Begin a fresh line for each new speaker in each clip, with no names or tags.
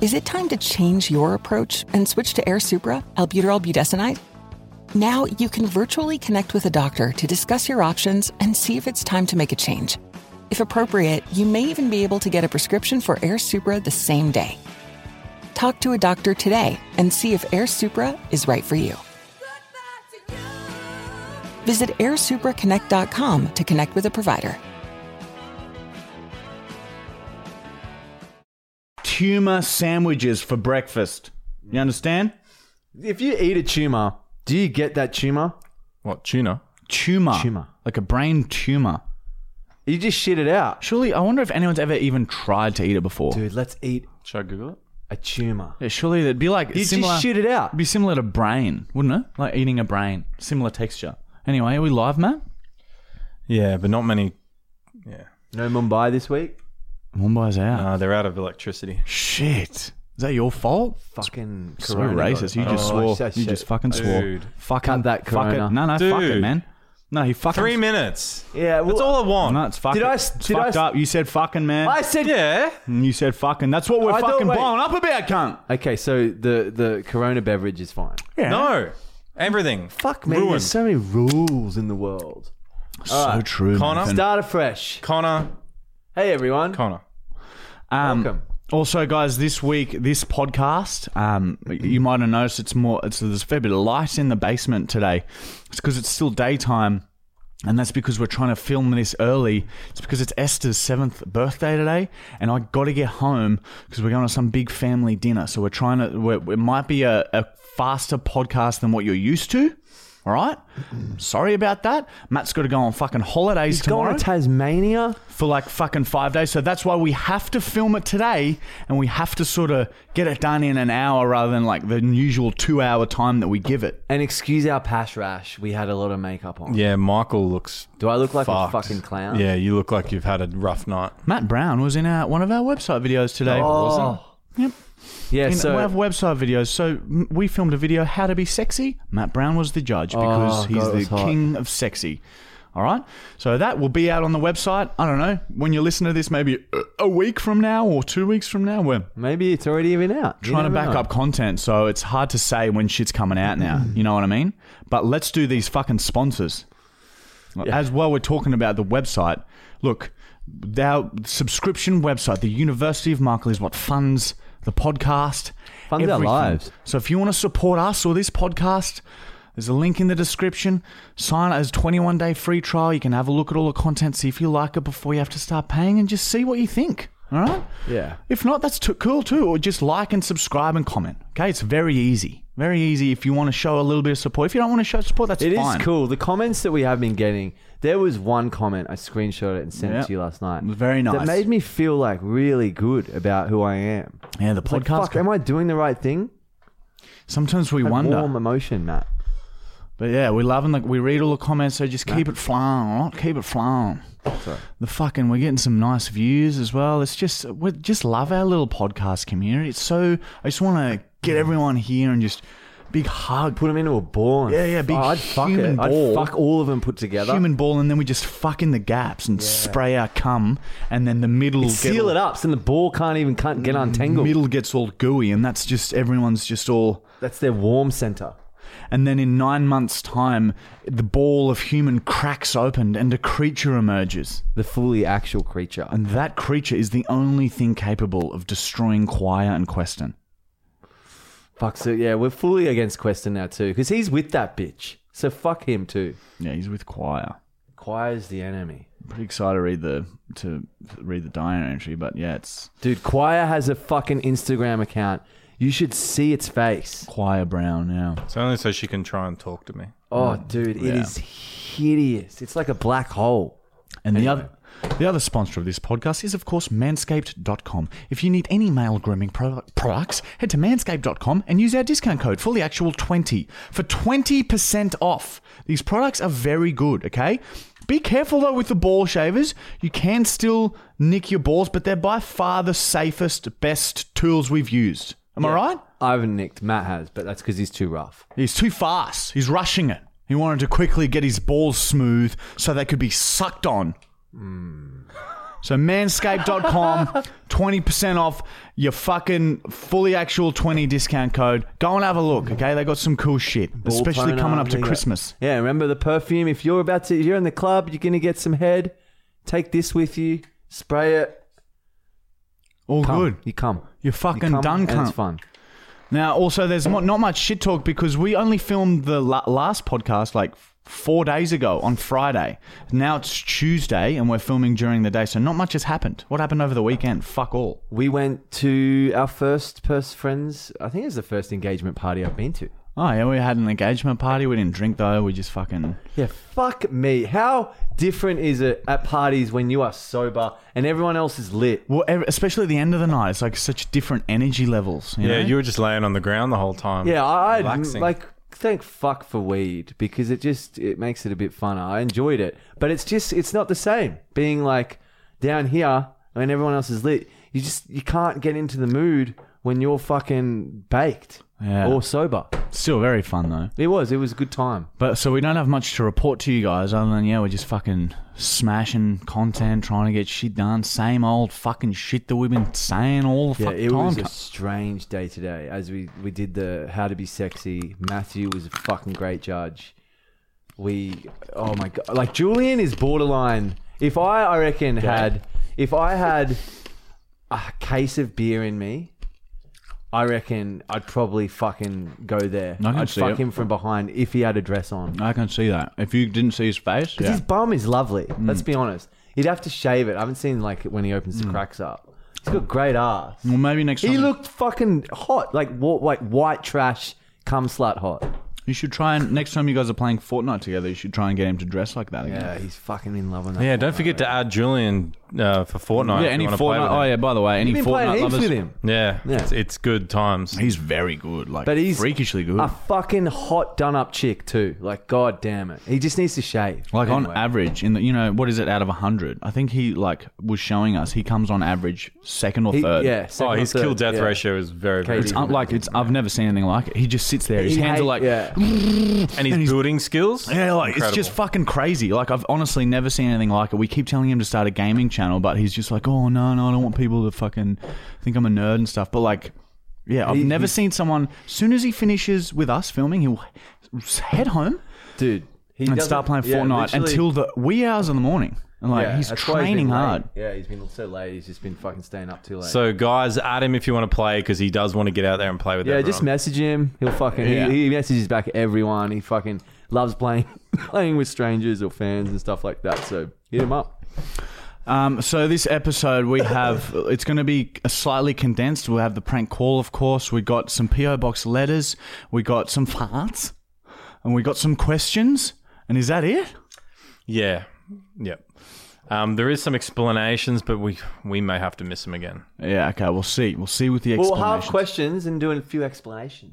Is it time to change your approach and switch to Air Supra, albuterol budesonide? Now you can virtually connect with a doctor to discuss your options and see if it's time to make a change. If appropriate, you may even be able to get a prescription for Air Supra the same day. Talk to a doctor today and see if Air Supra is right for you. Visit airsupraconnect.com to connect with a provider.
Tumor sandwiches for breakfast. You understand?
If you eat a tumor, do you get that tumor?
What tuna?
Tumor.
Tumor.
Like a brain tumor.
You just shit it out.
Surely, I wonder if anyone's ever even tried to eat it before.
Dude, let's eat
Should I Google it?
a tumor.
Yeah, surely that'd be like
You
similar.
just shit it
It'd
out.
be similar to brain, wouldn't it? Like eating a brain, similar texture. Anyway, are we live, Matt?
Yeah, but not many.
No Mumbai this week.
Mumbai's out.
Uh, they're out of electricity.
Shit, is that your fault?
Fucking
So
corona got
racist.
it.
You just
Oh,
swore.
shit.
You just fucking swore.
Dude.
Fucking
Cut that
fuck it.
corona.
No, no, fuck it,
Dude.
man. No, he fucking.
Three minutes.
Yeah, well,
That's all I want.
No, it's fucking.
Did I-
it's
did I-
fucked up. You said fucking, man.
I said
yeah.
And you said fucking. That's what we're
I thought-
fucking
wait.
blowing up about, cunt.
Okay, so the the Corona beverage is fine.
No. Everything.
Fuck man,
Ruined.
there's so many rules in the world.
So true,
Connor?
Nathan.
Start afresh.
Connor.
Hey everyone,
Connor.
Um,
welcome.
Also, guys, this week, this podcast, um, you might have noticed it's more. It's there's a fair bit of light in the basement today. It's because it's still daytime, and that's because we're trying to film this early. It's because it's Esther's seventh birthday today, and I got to get home because we're going to some big family dinner. So we're trying to. We're, it might be a, a faster podcast than what you're used to. All right, sorry about that. Matt's got to go on fucking holidays
He's
tomorrow
going to Tasmania.
for like fucking five days. So that's why we have to film it today and we have to sort of get it done in an hour rather than like the usual two hour time that we give it.
And excuse our pash rash. We had a lot of makeup on.
Yeah, Michael looks.
Do I look like a
fucked.
fucking clown?
Yeah, you look like you've had a rough night.
Matt Brown was in our, one of our website videos today.
Oh.
Yep.
Yeah.
In
so
one of our website videos. So m- we filmed a video, How to Be Sexy. Matt Brown was the judge because
Oh,
he's
God, it was
the
hot.
king of sexy. All right. So that will be out on the website. I don't know. When you listen to this, maybe a- a week from now or two weeks from now, we're
maybe it's already even out. You
trying to
never
back
know. Mm-hmm.
up content, so it's hard to say when shit's coming out now. You know what I mean? But let's do these fucking sponsors. As well, we're talking about the website. Look, our subscription website, the University of Markle, is what funds the podcast.
Funds our lives.
So if you want to support us or this podcast, there's a link in the description. Sign up as 21 day free trial. You can have a look at all the content, see if you like it before you have to start paying, and just see what you think. All right.
Yeah.
If not, that's too cool too. Or just like and subscribe and comment. Okay, it's very easy. Very easy if you want to show a little bit of support. If you don't want to show support, that's
It is
fine.
cool. The comments that we have been getting. There was one comment I screenshot it and sent
Yeah.
to you last night.
It was very
That
nice.
made me feel like really good about who I am.
Yeah, the
It's like,
podcast.
fuck, am I doing the right thing?
sometimes we
Had
wonder,
Warm emotion, Matt.
but yeah, we're loving. The, we read all the comments, so just keep it flying. All right? Keep it flying. The fucking we're getting some nice views as well. It's just we just love our little podcast community. It's so I just want to get everyone here and just big hug.
Put them into a ball. and-
Yeah, yeah, big
Oh, I'd fuck
human
it.
ball.
I'd fuck all of them put together.
Human ball, and then we just fuck in the gaps and spray our cum, and then the middle get
seal
all- Mm,
it up so the ball can't even can't get untangled.
middle gets all gooey and that's just everyone's just all
That's their warm center.
and then in nine months time the ball of human cracks open and a creature emerges
The fully actual creature.
and that creature is the only thing capable of destroying choir and question
Fuck, so yeah, we're fully against Queston now too, because he's with that bitch. So fuck him too.
yeah he's with choir
Choir's the enemy.
I'm pretty excited to read the to read the diary entry but yeah it's
Dude, Choir has a fucking Instagram account. You should see its face.
choir brown now
It's only so she can try and talk to me.
Oh, dude, it
yeah.
is hideous. It's like a black hole.
And the other the other sponsor of this podcast is, of course, manscaped.com. If you need any male grooming pro- products, head to manscaped.com and use our discount code for the actual 20 for 20% off. These products are very good, okay? Be careful though with the ball shavers. You can still nick your balls, but they're by far the safest, best tools we've used. Am I right?
I haven't nicked. Matt has, but that's because he's too rough.
He's too fast. He's rushing it. He
Hmm.
wanted to quickly get his balls smooth so they could be sucked on. So manscaped.com, 20% off your fucking fully actual 20 discount code. Go and have a look, okay? They got some cool shit, especially
toner,
coming up to
they got-
Christmas.
Yeah, remember the perfume. If you're about to, if you're in the club, you're gonna get some head. Take this with you. Spray it.
All
Come.
good.
You come.
You're fucking
you come
done,
and It's
cunt.
fun.
Now, also, there's mo- not much shit talk because we only filmed the la- last podcast like four days ago on Friday. Now it's Tuesday and we're filming during the day, so not much has happened. What happened over the weekend? Fuck all.
We went to our first pers- friends. I think it was the first engagement party I've been to.
Oh, yeah, we had an engagement party. We didn't drink, though. We just fucking.
Yeah, fuck me. How different is it at parties when you are sober and everyone else is lit?
Well, ev- especially at the end of the night, it's like such different energy levels. You
Yeah,
know?
you were just laying on the ground the whole time.
Yeah, I I'd,
Relaxing.
like thank fuck for weed because it just it makes it a bit funner. I enjoyed it, but it's just it's not the same being like down here when everyone else is lit. You just you can't get into the mood when you're fucking baked
Yeah.
or sober.
Still very fun, though.
It was it was a good time.
But so we don't have much to report to you guys other than, yeah, we're just fucking smashing content, trying to get shit done. Same old fucking shit that we've been saying all the
Yeah,
fucking
it
time.
was a strange day today as we we did the how to be sexy. Matthew was a fucking great judge. We oh my god, like Julian is borderline. If I I reckon had if I had a case of beer in me, I reckon I'd probably fucking go there.
I can
I'd
see
fuck
it.
him from behind if he had a dress on.
I can see that. If you didn't see his face,
Because
yeah. Mm.
his bum is lovely. Let's be honest. He'd have to shave it. I haven't seen like when he opens the cracks up. He's got great ass.
well, maybe next time
He looked fucking hot, like wa- like white trash cum slut hot.
you should try and next time you guys are playing Fortnite together, you should try and get him to dress like that again.
Yeah, he's fucking in love with that.
Yeah, don't forget to add Julian uh, for Fortnite.
Yeah,
if
any
you wanna play
Fortnite.
with
Oh
him.
yeah, by the way, any
He's been playing
Fortnite
heaps
lovers.
with him.
Yeah,
Yeah.
It's, it's good times.
He's very good, like
But he's
freakishly good.
A fucking hot done up chick too. Like god damn it. He just needs to shave.
Like on
Anyway.
average, in the you know what is it out of hundred? I think he like was showing us he comes on average second or
He-
third.
yeah,
oh,
second or
his
third,
kill death
yeah.
ratio is very, very
Katie.
good.
it's un- like it's I've never seen anything like it. He just sits there. His
He
hands
hate-
are like yeah,
yeah.
And his building skills?
like it's just
Incredible.
fucking crazy. Like I've honestly never seen anything like it. We keep telling him to start a gaming channel, but he's just like, oh no, no, I don't want people to fucking think I'm a nerd and stuff. But like, yeah, I've
He-
never
he-
seen someone. Soon as he finishes with us filming, he'll head home
dude. He
and
doesn't-
start playing
yeah,
Fortnite
literally-
until the wee hours of the morning. And like
yeah,
he's
that's why been
training
late.
hard.
Yeah, he's been so late. He's just been fucking staying up too late.
So, guys, add him if you want to play because he does want to get out there and play with
yeah,
everyone.
just message him. He'll fucking
Yeah.
he, he messages back everyone. He fucking loves playing playing with strangers or fans and stuff like that. So hit him up.
Um, so this episode we have it's going to be slightly condensed. We'll have the prank call, of course. We got some PO box letters. We got some farts, and we got some questions. And is that it?
Yeah. Yep. Um, there is some explanations, but we we may have to miss them again.
Yeah. Okay. We'll see. We'll see with the
We'll have
explanation.
questions and doing a few explanations.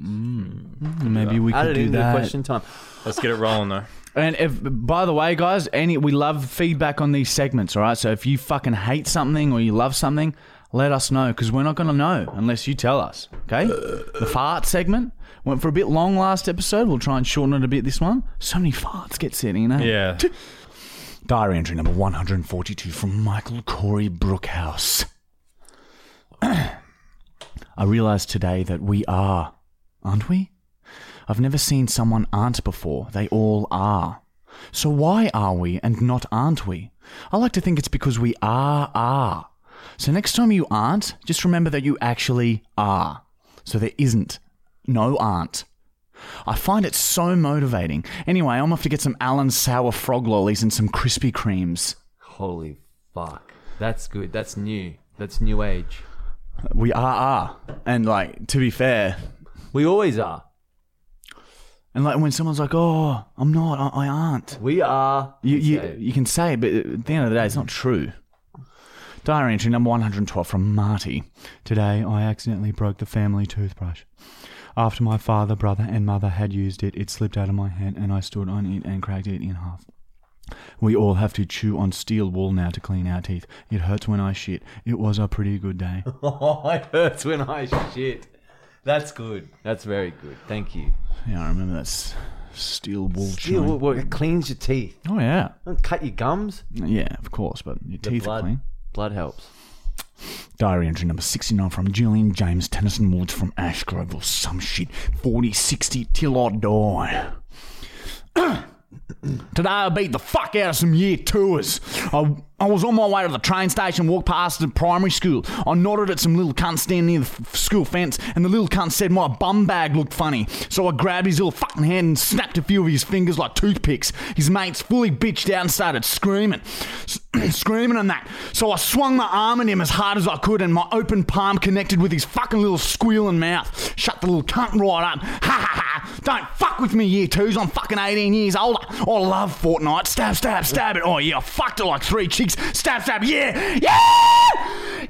Maybe we
Add
could
it
do
into
that.
question time.
Let's get it rolling though.
And if, by the way, guys, any we love feedback on these segments. All right. So if you fucking hate something or you love something, let us know because we're not going to know unless you tell us. Okay. the fart segment went for a bit long last episode. We'll try and shorten it a bit this one. So many farts get sent in. eh?
Yeah.
Diary entry number one hundred and forty-two from Michael Corey Brookhouse. I realise today that we are, aren't we? I've never seen someone aren't before. They all are. So why are we and not aren't we? I like to think it's because we are are. So next time you aren't, just remember that you actually are. So there isn't. No aren't. I find it so motivating. Anyway, I'm off to get some Allen sour frog lollies and some Krispy Kremes.
Holy fuck. That's good. That's new. That's new age.
We are are. And like, to be fair,
We always are.
and like when someone's like, oh, I'm not, I, I aren't.
We are.
You, you, you can say Mm. it, but at the end of the day, it's not true. Diary entry number 112 from Marty. Today, I accidentally broke the family toothbrush. After my father, brother, and mother had used it, it slipped out of my hand and I stood on it and cracked it in half. We all have to chew on steel wool now to clean our teeth. It hurts when I shit. It was a pretty good day.
it hurts when I shit. That's good. That's very good. Thank you.
yeah, I remember that s- steel wool
Gee,
chewing.
what, what- it cleans your teeth.
Oh, yeah.
Don't cut your gums.
Yeah, of course, but your
The
teeth are
blood.
clean.
Blood helps.
Diary entry number 69 from Julian James Tennyson Woods from Ash Grove or some shit. 40 60 till I die. Today I beat the fuck out of some year tours. I, I was on my way to the train station, walked past the primary school. I nodded at some little cunt standing near the f- school fence, and the little cunt said my bum bag looked funny. So I grabbed his little fucking hand and snapped a few of his fingers like toothpicks. His mates fully bitched out and started screaming, s- screaming and that. So I swung my arm at him as hard as I could, and my open palm connected with his fucking little squealing mouth. Shut the little cunt right up. Ha ha ha. Don't fuck with me, year twos. I'm fucking 18 years older. I love Fortnite. Stab, stab, stab it. Oh, yeah, I fucked it like three chicks. Stab, stab, yeah, yeah, yeah,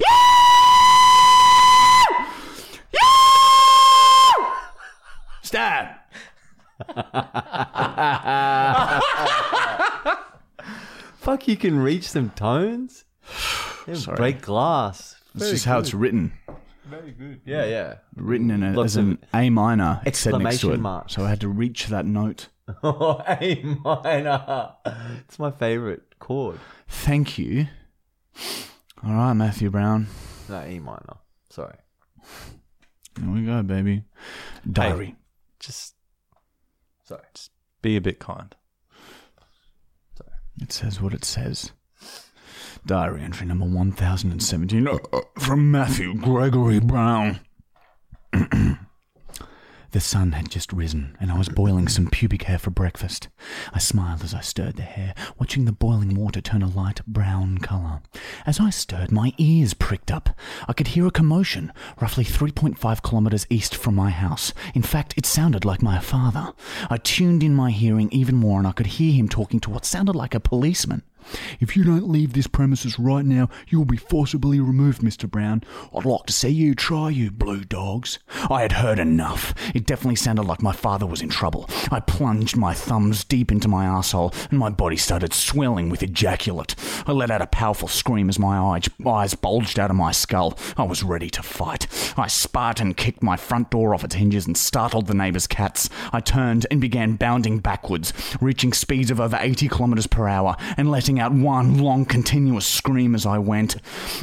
yeah. Stab.
Fuck, you can reach some tones. They Break glass.
This is how it's written.
Yeah, yeah.
Written in a,
Lots
as an A minor, it said next to
exclamation
it.
marks.
So I had to reach that note.
Oh, A minor. It's my favorite chord.
Thank you. All right, Matthew Brown.
No, E minor. Sorry.
There we go, baby. Diary.
Just
Sorry.
be a bit kind.
It says what it says. Diary entry number 1017 uh, uh, from Matthew Gregory Brown. the sun had just risen, and I was boiling some pubic hair for breakfast. I smiled as I stirred the hair, watching the boiling water turn a light brown colour. As I stirred, my ears pricked up. I could hear a commotion, roughly 3.5 kilometres east from my house. In fact, it sounded like my father. I tuned in my hearing even more, and I could hear him talking to what sounded like a policeman. If you don't leave this premises right now, you will be forcibly removed, Mr. Brown. I'd like to see you try, you blue dogs. I had heard enough. It definitely sounded like my father was in trouble. I plunged my thumbs deep into my arsehole, and my body started swelling with ejaculate. I let out a powerful scream as my eye- eyes bulged out of my skull. I was ready to fight. I Spartan kicked my front door off its hinges and startled the neighbours' cats. I turned and began bounding backwards, reaching speeds of over 80 kilometres per hour and letting out one long continuous scream as I went.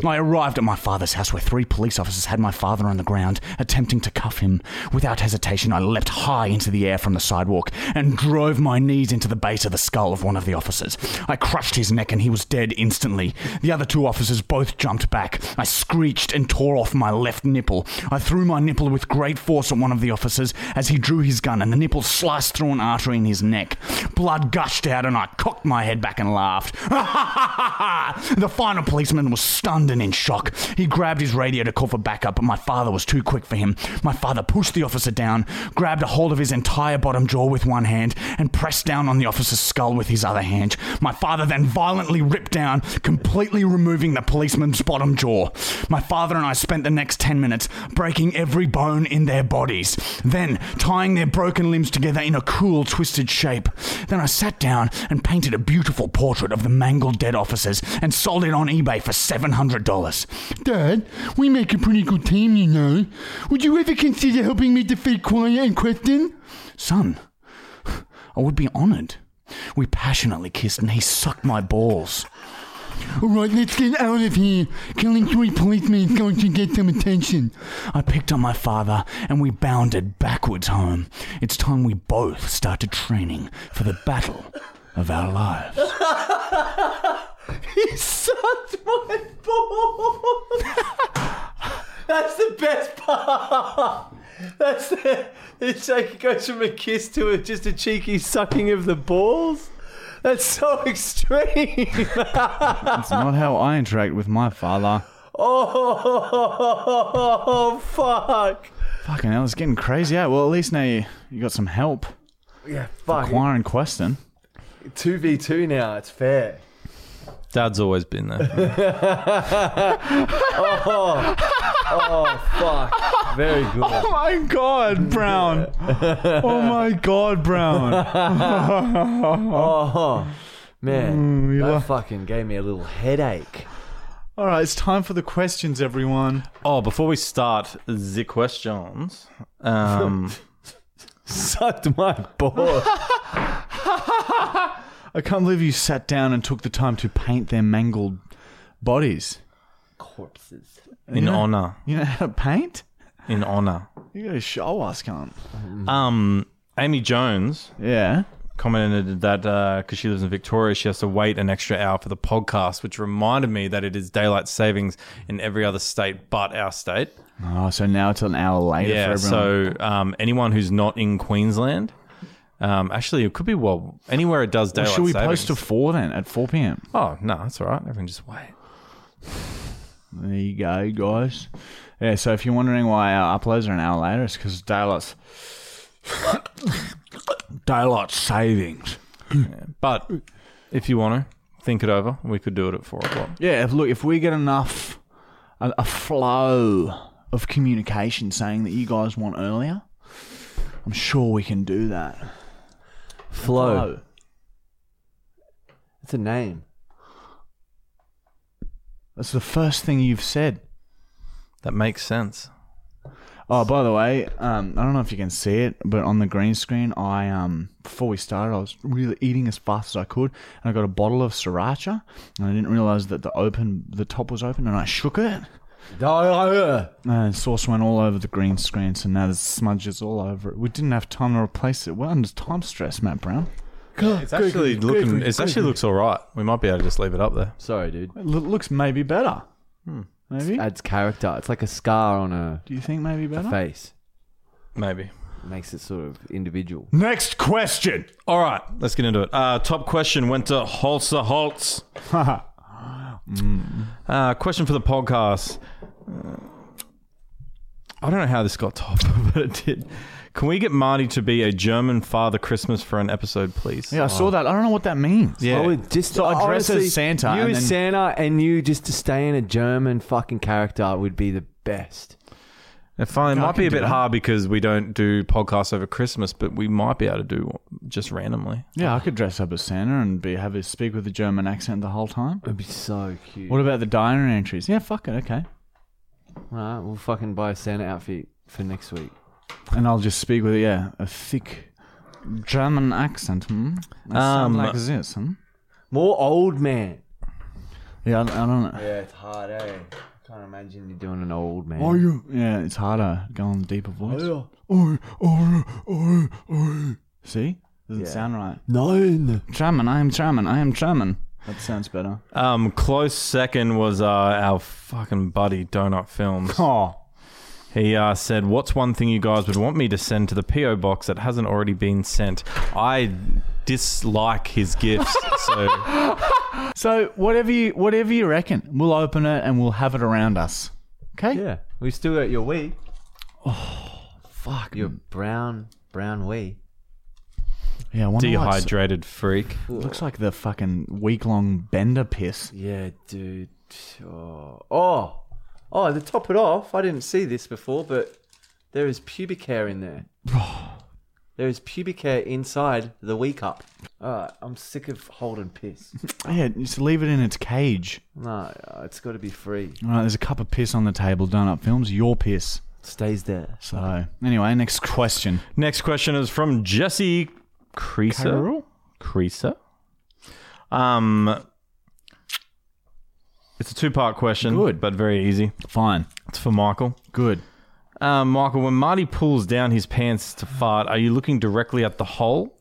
I arrived at my father's house where three police officers had my father on the ground, attempting to cuff him. Without hesitation, I leapt high into the air from the sidewalk and drove my knees into the base of the skull of one of the officers. I crushed his neck and he was dead instantly. The other two officers both jumped back. I screeched and tore off my left nipple. I threw my nipple with great force at one of the officers as he drew his gun, and the nipple sliced through an artery in his neck. Blood gushed out, and I cocked my head back and laughed. the final policeman was stunned and in shock. He grabbed his radio to call for backup, but my father was too quick for him. My father pushed the officer down, grabbed a hold of his entire bottom jaw with one hand, and pressed down on the officer's skull with his other hand. My father then violently ripped down, completely removing the policeman's bottom jaw. My father and I spent the next 10 minutes breaking every bone in their bodies, then tying their broken limbs together in a cool, twisted shape. Then I sat down and painted a beautiful portrait of the mangled dead officers and sold it on eBay for $700. Dad, we make a pretty good team, you know. Would you ever consider helping me defeat Quiet and Question? Son, I would be honored. We passionately kissed and he sucked my balls. All right, let's get out of here. Killing three policemen is going to get some attention. I picked up my father and we bounded backwards home. It's time we both started training for the battle of our lives.
He sucked my balls. That's the best part. That's the. It's like it goes from a kiss to a, just a cheeky sucking of the balls. That's so extreme.
That's not how I interact with my father.
Oh, fuck.
Fucking hell, it's getting crazy out. Well, at least now you, you got some help.
Yeah, fuck.
Choir and Question.
2v2 now. It's fair.
Dad's always been there.
Fuck. Very good.
Oh my god, Brown. Oh my god, Brown.
Oh, man.
you
that
laugh.
fucking gave me a little headache.
All right, it's time for the questions, everyone.
oh, before we start the questions, um,
Sucked my balls.
I can't believe you sat down and took the time to paint their mangled bodies.
corpses.
in honor,
You know how to paint?
in honor.
You gotta show us, cunt.
Um, Amy Jones
Yeah.
commented that because she lives in Victoria, she has to wait an extra hour for the podcast, which reminded me that it is daylight savings in every other state but our state.
Oh, so now it's an hour later for
Yeah,
everyone.
so um, anyone who's not in Queensland, um, actually, it could be well anywhere it does
Well,
daylight.
should we
savings.
post to four then at four PM?
Oh no, that's all right. Everyone just wait.
There you go, guys. Yeah, so if you're wondering why our uploads are an hour later, it's because daylight's daylight savings.
But if you want to think it over, we could do it at four o'clock.
Yeah, if, look, if we get enough a, a flow of communication saying that you guys want earlier, I'm sure we can do that.
Flow. It's a name.
That's the first thing you've said.
That makes sense.
Oh, by the way, um, I don't know if you can see it, but on the green screen, I um, before we started, I was really eating as fast as I could, and I got a bottle of sriracha, and I didn't realize that the open, the top was open, and I shook it, and sauce went all over Uh, the green screen, so now there's smudges all over it. We didn't have time to replace it. We're under time stress, Matt Brown.
It's actually looking. It actually looks all right. We might be able to just leave it up there.
Sorry, dude.
It lo- looks maybe better. Maybe.
Adds character. It's like a scar on a
Do you think maybe better?
face.
Maybe.
makes it sort of individual.
Next question.
All right, let's get into it. Uh, top question went to Holzer Holtz. uh, question for the podcast. Uh, I don't know how this got top, but it did. Can we get Marty to be a German Father Christmas for an episode, please? Oh,
Yeah, I saw that. I don't know what that means.
Yeah.
I would just
So I dress as
honestly,
Santa
You
and
as
then-
Santa, and you just to stay in a German fucking character would be the best.
And finally, it
I
might be
can
a
do
bit
that.
hard because we don't do podcasts over Christmas, but we might be able to do just randomly.
Yeah, I could dress up as Santa and be have his speak with a German accent the whole time.
It'd be so cute.
What about the diary entries? Yeah, fuck it, okay.
All right, we'll fucking buy a Santa outfit for next week.
And I'll just speak with yeah, a thick German accent. Hmm? That sounds
Um,
like this. Hmm?
More old man.
Yeah, I, I don't know.
Yeah, it's hard, eh? I can't imagine you doing an old man.
you? Yeah, it's harder going deeper voice. Oh, oh, oh, oh. See, doesn't
Yeah.
sound right.
Nine.
German, I am German, I am German. That sounds better.
Um, close second was uh, our fucking buddy Donut Films.
Oh,
He uh, said, "What's one thing you guys would want me to send to the PO box that hasn't already been sent?" I dislike his gifts, so
so whatever you whatever you reckon, we'll open it and we'll have it around us. Okay.
Yeah, we still got your wee.
Fuck.
Your brown, brown wee.
Yeah. I wonder why it's-
dehydrated freak.
Looks like the fucking week long bender piss.
Yeah, dude. Oh. oh, oh. To top it off, I didn't see this before, but there is pubic hair in there. there is pubic hair inside the wee cup. Alright, I'm sick of holding piss.
Yeah, just leave it in its cage.
no, it's got to be free.
All right, there's a cup of piss on the table. Donut Films, your piss.
stays there.
So, anyway, next question.
Next question is from Jesse Creaser. Creaser. Um, it's a two-part question,
Good.
but very easy.
Fine.
It's for Michael.
Good.
Um, Michael, when Marty pulls down his pants to fart, are you looking directly at the hole?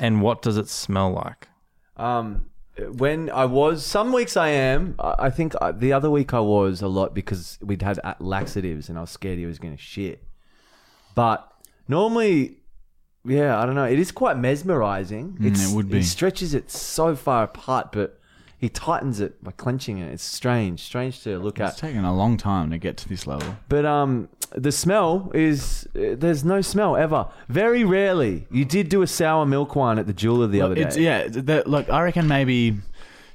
And what does it smell like?
Um, when I was, some weeks I am. I I think I, the other week I was a lot because we'd had uh, laxatives and I was scared he was going to shit. But normally, yeah, I don't know. It is quite mesmerizing. It's,
Mm, it would be.
He stretches it so far apart, but he tightens it by clenching it. It's strange, strange to look
It's
at.
taken a long time to get to this level.
But um, the smell is uh, there's no smell ever. Very rarely. You did do a sour milk one at the jeweler the other day.
It's, yeah, th- th- look, I reckon maybe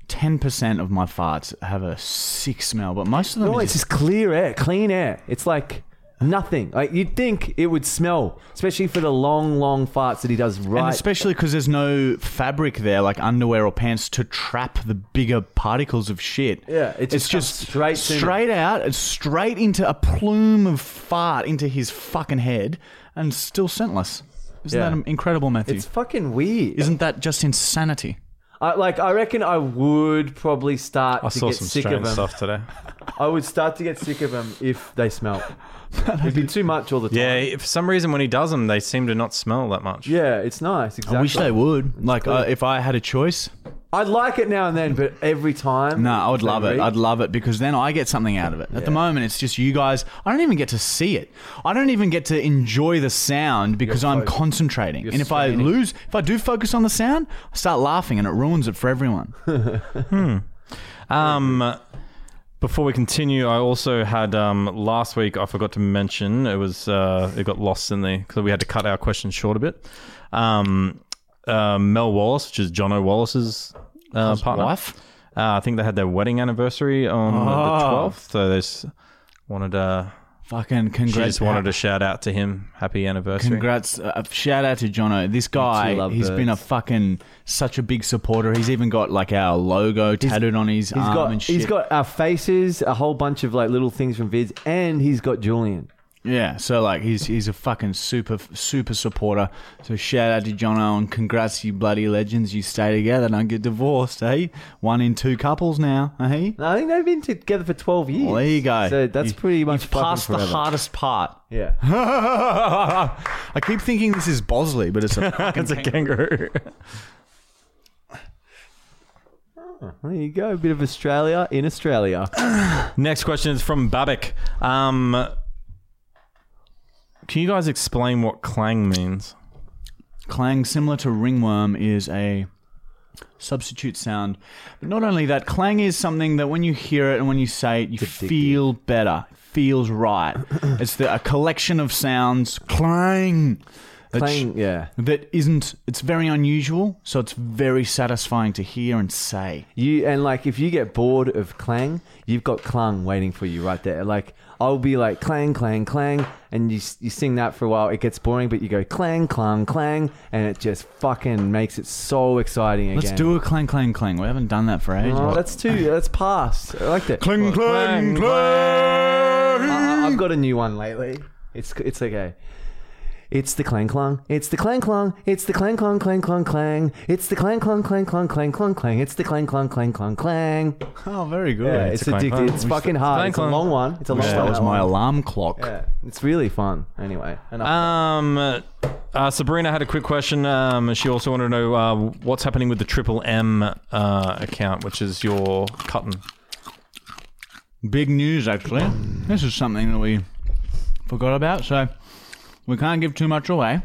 10% of my farts have a sick smell, but most of them
No,
are
it's
just,
just clear air, clean air. It's like nothing. Like you'd think it would smell, especially for the long, long farts that he does
And
right.
especially because there's no fabric there, like underwear or pants, to trap the bigger particles of shit.
Yeah, it
it's
just comes
just
straight to me.
straight out, it's straight into a plume of fart into his fucking head, and still scentless. Isn't
Yeah.
that incredible, Matthew?
it's fucking weird.
Isn't that just insanity?
I like. I reckon I would probably start
I
to
saw
get
some
sick of
strange
them.
stuff today.
I would start to get sick of them if they smelt. It'd be too much all the time.
Yeah, for some reason when he does them, they seem to not smell that much.
Yeah, it's nice. Exactly.
I wish they would. Like, uh, if I had a choice,
I'd like it now and then, but every time.
no, I would
Same
love it.
week.
I'd love it because then I get something out of it. At the moment, it's just you guys. I don't even get to see it. I don't even get to enjoy the sound because I'm concentrating. and if I lose, if I do focus on the sound, I start laughing and it ruins it for everyone.
Um, before we continue, I also had um, last week. I forgot to mention it was uh, it got lost in the because we had to cut our question short a bit. Um, uh, Mel Wallace, which is John O'Wallace's uh, partner,
wife? Ah.
Uh, I think they had their wedding anniversary on the twelfth. So they just wanted to.
Fucking
She
congrats.
just wanted a shout out to him. Happy anniversary.
Congrats. Uh, shout out to Jono. This guy,
love
he's
birds.
been a fucking, such a big supporter. He's even got like our logo tattooed on his
He's
arm
got
and shit.
he's got our faces, a whole bunch of like little things from vids, and he's got Julian.
Yeah, so like he's he's a fucking super super supporter. So shout out to Jono and congrats you bloody legends. You stay together, don't get divorced, eh? One in two couples now, eh?
No, I think they've been together for twelve years.
Well, there you go.
So that's
You-
pretty much
you've
fucking
passed the
forever.
hardest part.
Yeah.
I keep thinking this is Bosley, but it's a fucking
It's a kangaroo.
There you go. A bit of Australia in Australia.
Next question is from Babak. Um, can you guys explain what clang means?
Clang, similar to ringworm, is a substitute sound. But not only that, clang is something that when you hear it and when you say it, you feel better. It feels right. it's the, a collection of sounds, clang, that sh-
Playing, yeah.
that isn't, it's very unusual, so it's very satisfying to hear and say.
You and like if you get bored of clang, you've got clung waiting for you right there. Like I'll be like clang, clang, clang, and you you sing that for a while. It gets boring, but you go clang, clang, clang, and it just fucking makes it so exciting again.
Let's do a clang, clang, clang. We haven't done that for ages.
Oh, that's too. That's past. I like that.
clang, clang, clang.
I, Uh, I've got a new one lately. It's it's okay. It's the clang clang. It's the clang clang. It's the clang clang clang clang clang. It's the clang clang clang clang clang clang clang. It's the clang clang clang clang clang.
Oh, very good.
Yeah, it's,
a clang,
addictive.
clang.
It's fucking hard.
clang,
It's a
clang.
long one. It's a long
Wish
one.
that was
that
my
one.
alarm clock.
Yeah, it's really fun. Anyway, enough.
Um, uh, Sabrina had a quick question. Um, she also wanted to know uh, what's happening with the Triple M uh, account, which is your cutting.
Big news, actually. This is something that we forgot about, so we can't give too much away.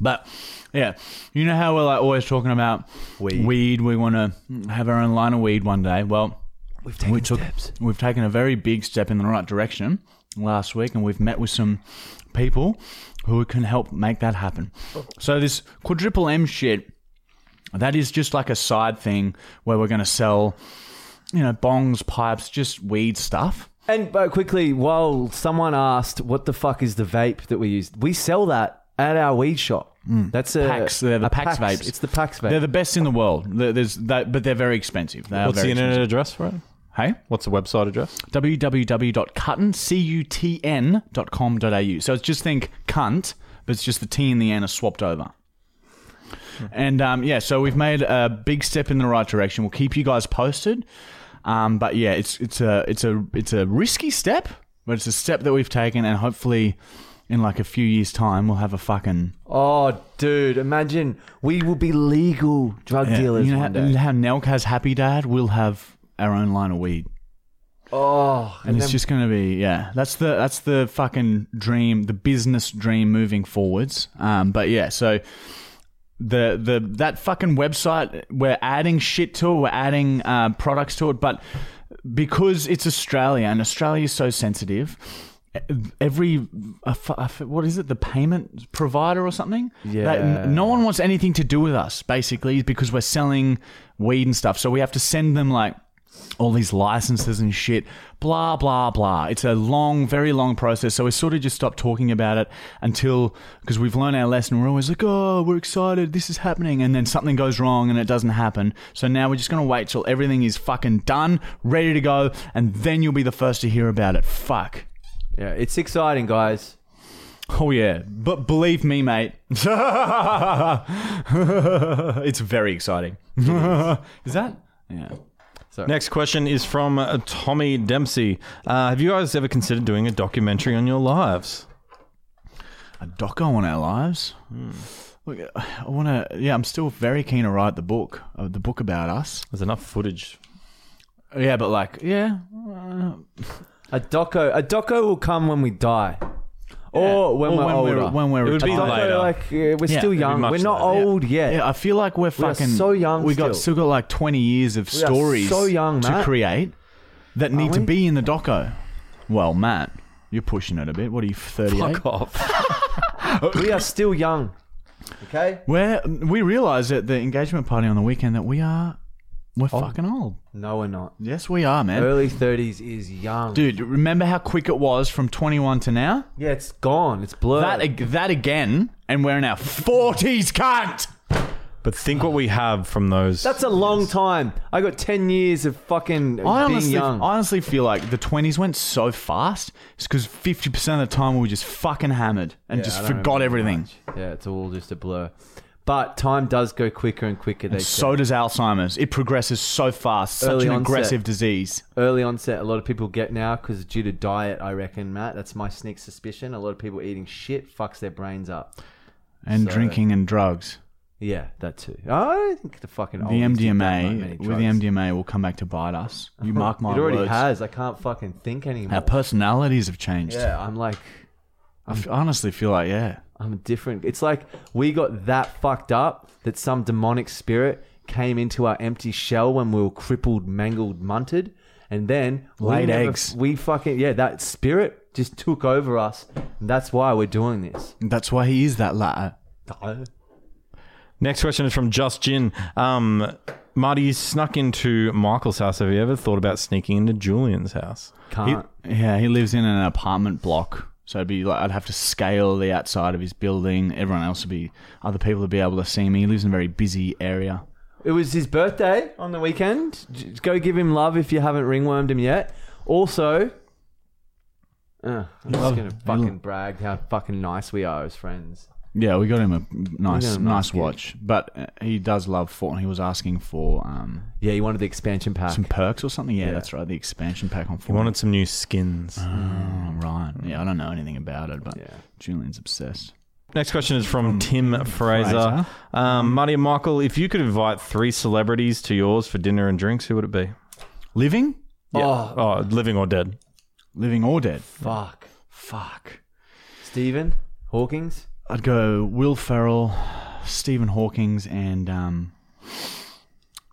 But yeah, you know how we're like always talking about
Weed.
We want to have our own line of weed one day. Well,
We've taken
we took we've taken a very big step in the right direction last week, and we've met with some people who can help make that happen. So this quadruple M shit, that is just like a side thing where we're going to sell, you know, bongs, pipes, just weed stuff.
And but quickly, while someone asked, "What the fuck is the vape that we use?" We sell that at our weed shop. That's a
Hmm. Pax, they're the
a
Pax vapes.
It's the Pax vape.
They're the best in the world. There- There's that, but they're very expensive. They are
What's the
very
internet address for it?
Hey,
What's the website address?
www.cutton, C-U-T-N dot com dot au. So it's just think cunt, but it's just the T and the N are swapped over. And um, yeah, so we've made a big step in the right direction. We'll keep you guys posted. Um, but yeah, it's it's a it's a it's a risky step, but it's a step that we've taken, and hopefully, in like a few years' time, we'll have a fucking
oh, dude! Imagine we will be legal drug
Yeah,
dealers
You know
one
how,
day.
how Nelk has Happy Dad. We'll have our own line of weed,
oh,
and,
and
it's
then-
just gonna be yeah. That's the that's the fucking dream, the business dream moving forwards. Um, but yeah, so the the that fucking website, we're adding shit to it, we're adding uh, products to it, but because it's Australia and Australia is so sensitive. e- Every a fu- a fu- what is it? The payment provider or something?
Yeah.
That, no one wants anything to do with us basically because we're selling weed and stuff. So we have to send them like all these licenses and shit, blah, blah, blah. It's a long, very long process. So we sort of just stopped talking about it until, because we've learned our lesson. We're always like, oh, we're excited. This is happening. And then something goes wrong and it doesn't happen. So now we're just going to wait till everything is fucking done, ready to go. And then you'll be the first to hear about it. Fuck.
yeah, it's exciting, guys.
Oh yeah, but believe me, mate, it's very exciting. is that? Yeah.
Next question is from uh, Tommy Dempsey. Uh, have you guys ever considered doing a documentary on your lives?
a doco on our lives.
Hmm.
Look, I want to. Yeah, I'm still very keen to write the book, uh, the book about us.
There's enough footage.
Yeah, but like, yeah, uh,
A doco, a doco will come when we die, or when
or
we're
when
older.
we're when we're
It would be
a
retired.
doco,
later.
like uh, we're
Yeah,
still
it'd be
young.
much
We're not
later, yeah.
old yet.
Yeah, I feel like we're
are
fucking
so young
We
still.
got still got like 20 years of
are
stories
so young,
to
Matt.
create that need to
we?
be in the doco. Well, Matt, you're pushing it a bit. What are you 38?
Fuck off.
We are still young. Okay.
Where we realized at the engagement party on the weekend that we are we're fucking old.
No, we're not.
Yes, we are, man.
Early thirties is young.
Dude, remember how quick it was from 21 to now?
Yeah, it's gone. It's blurred.
That ag- that again, and we're in our forties, cunt.
But think what we have from those.
That's a long time. I got ten years of fucking
I
being
honestly,
young.
I honestly feel like the twenties went so fast. It's because fifty percent of the time we were just fucking hammered and just forgot everything.
yeah, it's all just a blur. But time does go quicker and quicker. They say.
So does Alzheimer's. It progresses so fast. Such
Early
an
onset.
aggressive disease.
early onset a lot of people get now because due to diet i reckon matt that's my sneak suspicion a lot of people eating shit fucks their brains up
And
So-
drinking and drugs.
yeah that too i don't think the fucking
The MDMA with the MDMA will come back to bite us. You mark my
it Uh-huh. already
words.
has i can't fucking think anymore
Our personalities have changed.
yeah i'm like
I f- honestly feel like yeah.
i'm different it's like we got that fucked up that some demonic spirit came into our empty shell when we were crippled mangled munted and then we
Laid
never-
eggs.
we fucking yeah that spirit just took over us and that's why we're doing this
That's why he is that latter.
Next question is from Just Jin. Um, Marty, you snuck into Michael's house. Have you ever thought about sneaking into Julian's house?
can't
He- yeah, he lives in an apartment block, so it'd be like I'd have to scale the outside of his building. Everyone else would be other people would be able to see me. He lives in a very busy area.
It was his birthday on the weekend. J- Go give him love if you haven't ringwormed him yet. Also, uh, I'm just gonna fucking brag how fucking nice we are as friends.
Yeah, we got him a nice,
got him a nice
nice
gig.
watch, but uh, he does love Fortnite. He was asking for um,
Yeah, you wanted the expansion pack.
some perks or something. Yeah,
Yeah.
that's right, the expansion pack on Fortnite.
He wanted some new skins.
Oh, right. Yeah, I don't know anything about it, but
Yeah.
Julian's obsessed.
Next question is from Tim Fraser.
Fraser.
Um, Marty and Michael, if you could invite three celebrities to yours for dinner and drinks, who would it be?
Living,
Oh
Oh, living or dead?
living or dead?
fuck,
Fuck.
Stephen Hawking's.
I'd go Will Ferrell, Stephen Hawking's, and um,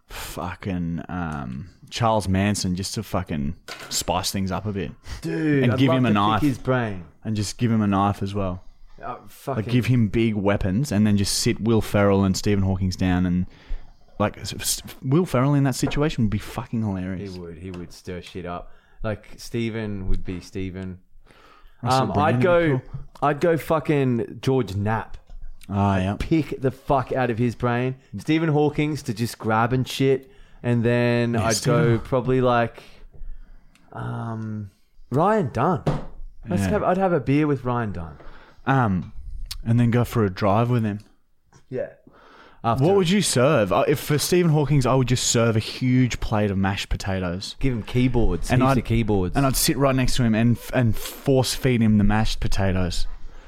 fucking um, Charles Manson, just to fucking spice things up a bit,
Dude,
And
I'd
give
love
him a
to pick
knife.
His brain.
and just give him a knife as well.
Uh, fucking.
Like give him big weapons, and then just sit Will Ferrell and Stephen Hawking's down, and like s- s- Will Ferrell in that situation would be fucking
he
hilarious.
would. He would stir shit up. Like Stephen would be Stephen.
Russell
Um,
Brand
I'd
would
go.
be
I'd go fucking George Knapp.
Ah, yeah.
pick the fuck out of his brain.
Mm.
Stephen Hawking's to just grab and shit, and then I'd
Stephen-
go probably like um, Ryan Dunn. Let's
Yeah.
have, I'd have a beer with Ryan Dunn.
Um, and then go for a drive with him.
Yeah. After
What would you serve? Uh, If for Stephen Hawking's, I would just serve a huge plate of mashed potatoes.
give him keyboards,
And
heaps
I'd-
of keyboards.
and I'd sit right next to him and and force feed him the mashed potatoes.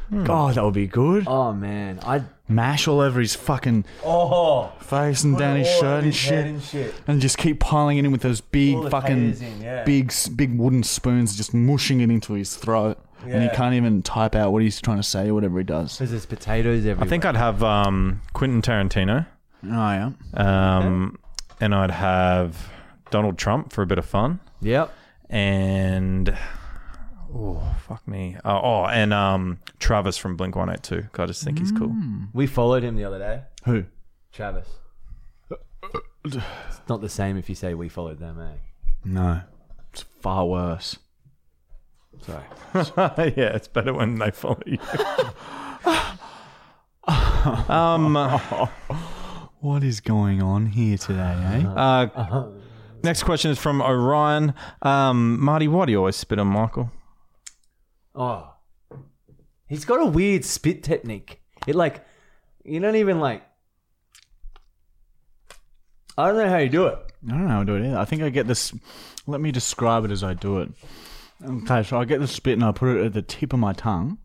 Hmm.
God, that would be good.
oh man, I'd
Mash all over his fucking
oh
face and down his
all
shirt
over
and
his head
shit,
and shit.
And just keep piling it in with those big
All the
fucking
taters in, yeah.
big s- big wooden spoons, just mushing it into his throat, and he
Yeah. Oh,
can't even type out what he's trying to say or whatever he does.
because there's potatoes everywhere.
I think I'd have um, Quentin Tarantino,
Oh yeah,
um, and I'd have Donald Trump for a bit of fun.
Yep.
and oh fuck me oh, oh and um travis from blink 182 i just think he's cool
We followed him the other day,
who?
Travis. It's not the same if you say we followed them, eh?
No, it's far worse.
Sorry.
yeah it's better when they follow you um
What is going on here today, eh?
uh, next question is from orion um marty why do you always spit on michael
Oh, He's got a weird spit technique. It like you don't even like. I don't know how you do it.
I don't know how to do it either. I think I get this. Let me describe it as I do it. Okay, so I get the spit and I put it at the tip of my tongue,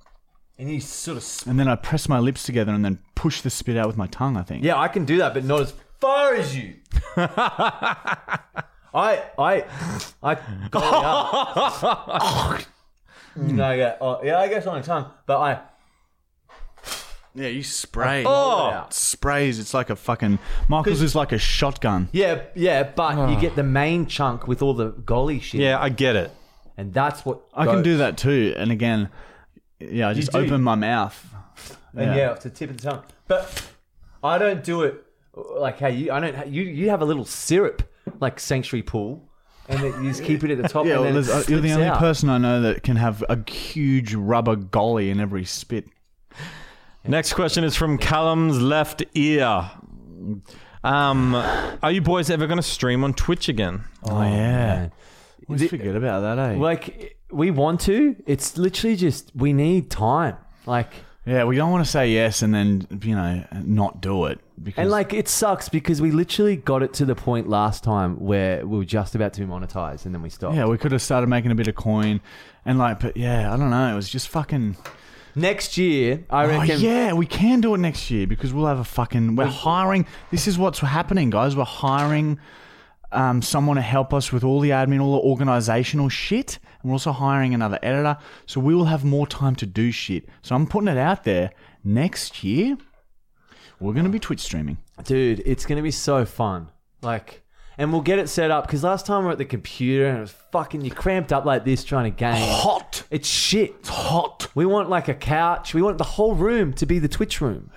And you sort of.
and then I press my lips together and then push the spit out with my tongue. I think.
Yeah, I can do that, but not as far as you. I I I. Oh, no, yeah, oh, yeah, I guess on the tongue, but I.
Yeah, you spray.
Oh.
It sprays. It's like a fucking. Michael's is like a shotgun.
Yeah, yeah, but you
Ah.
get the main chunk with all the golly shit.
Yeah, I get it.
and that's what
I can
goes.
do that too. And again, yeah, I just
do.
open my mouth.
And yeah, it's the tip of the tongue. But I don't do it like how you. I don't. You you have a little syrup like sanctuary pool, and then you just keep it at the top.
Yeah,
and
well,
then it
there's- uh, you're the
slips
only
out.
person I know that can have a huge rubber golly in every spit.
Next question is from Callum's left ear. Um, are you boys ever going to stream on Twitch again?
Oh, yeah. We forget about that, eh?
Like we want to. It's literally just we need time. Like
yeah, we don't want to say yes and then, you know, not do it. Because,
and like it sucks because we literally got it to the point last time where we were just about to monetize and then we stopped.
yeah, we could have started making a bit of coin. And, like, but yeah, I don't know. It was just fucking.
Next year, I
Oh,
reckon.
yeah, we can do it next year because we'll have a fucking. We're hiring. This is what's happening, guys. We're hiring um, someone to help us with all the admin, all the organizational shit. And we're also hiring another editor. So we will have more time to do shit. So I'm putting it out there. Next year, we're going to be Twitch streaming.
Dude, it's gonna be so fun. Like, and we'll get it set up because last time we were at the computer and it was fucking you cramped up like this trying to game.
Hot.
It's shit.
Hot.
We want like a couch. We want the whole room to be the Twitch room.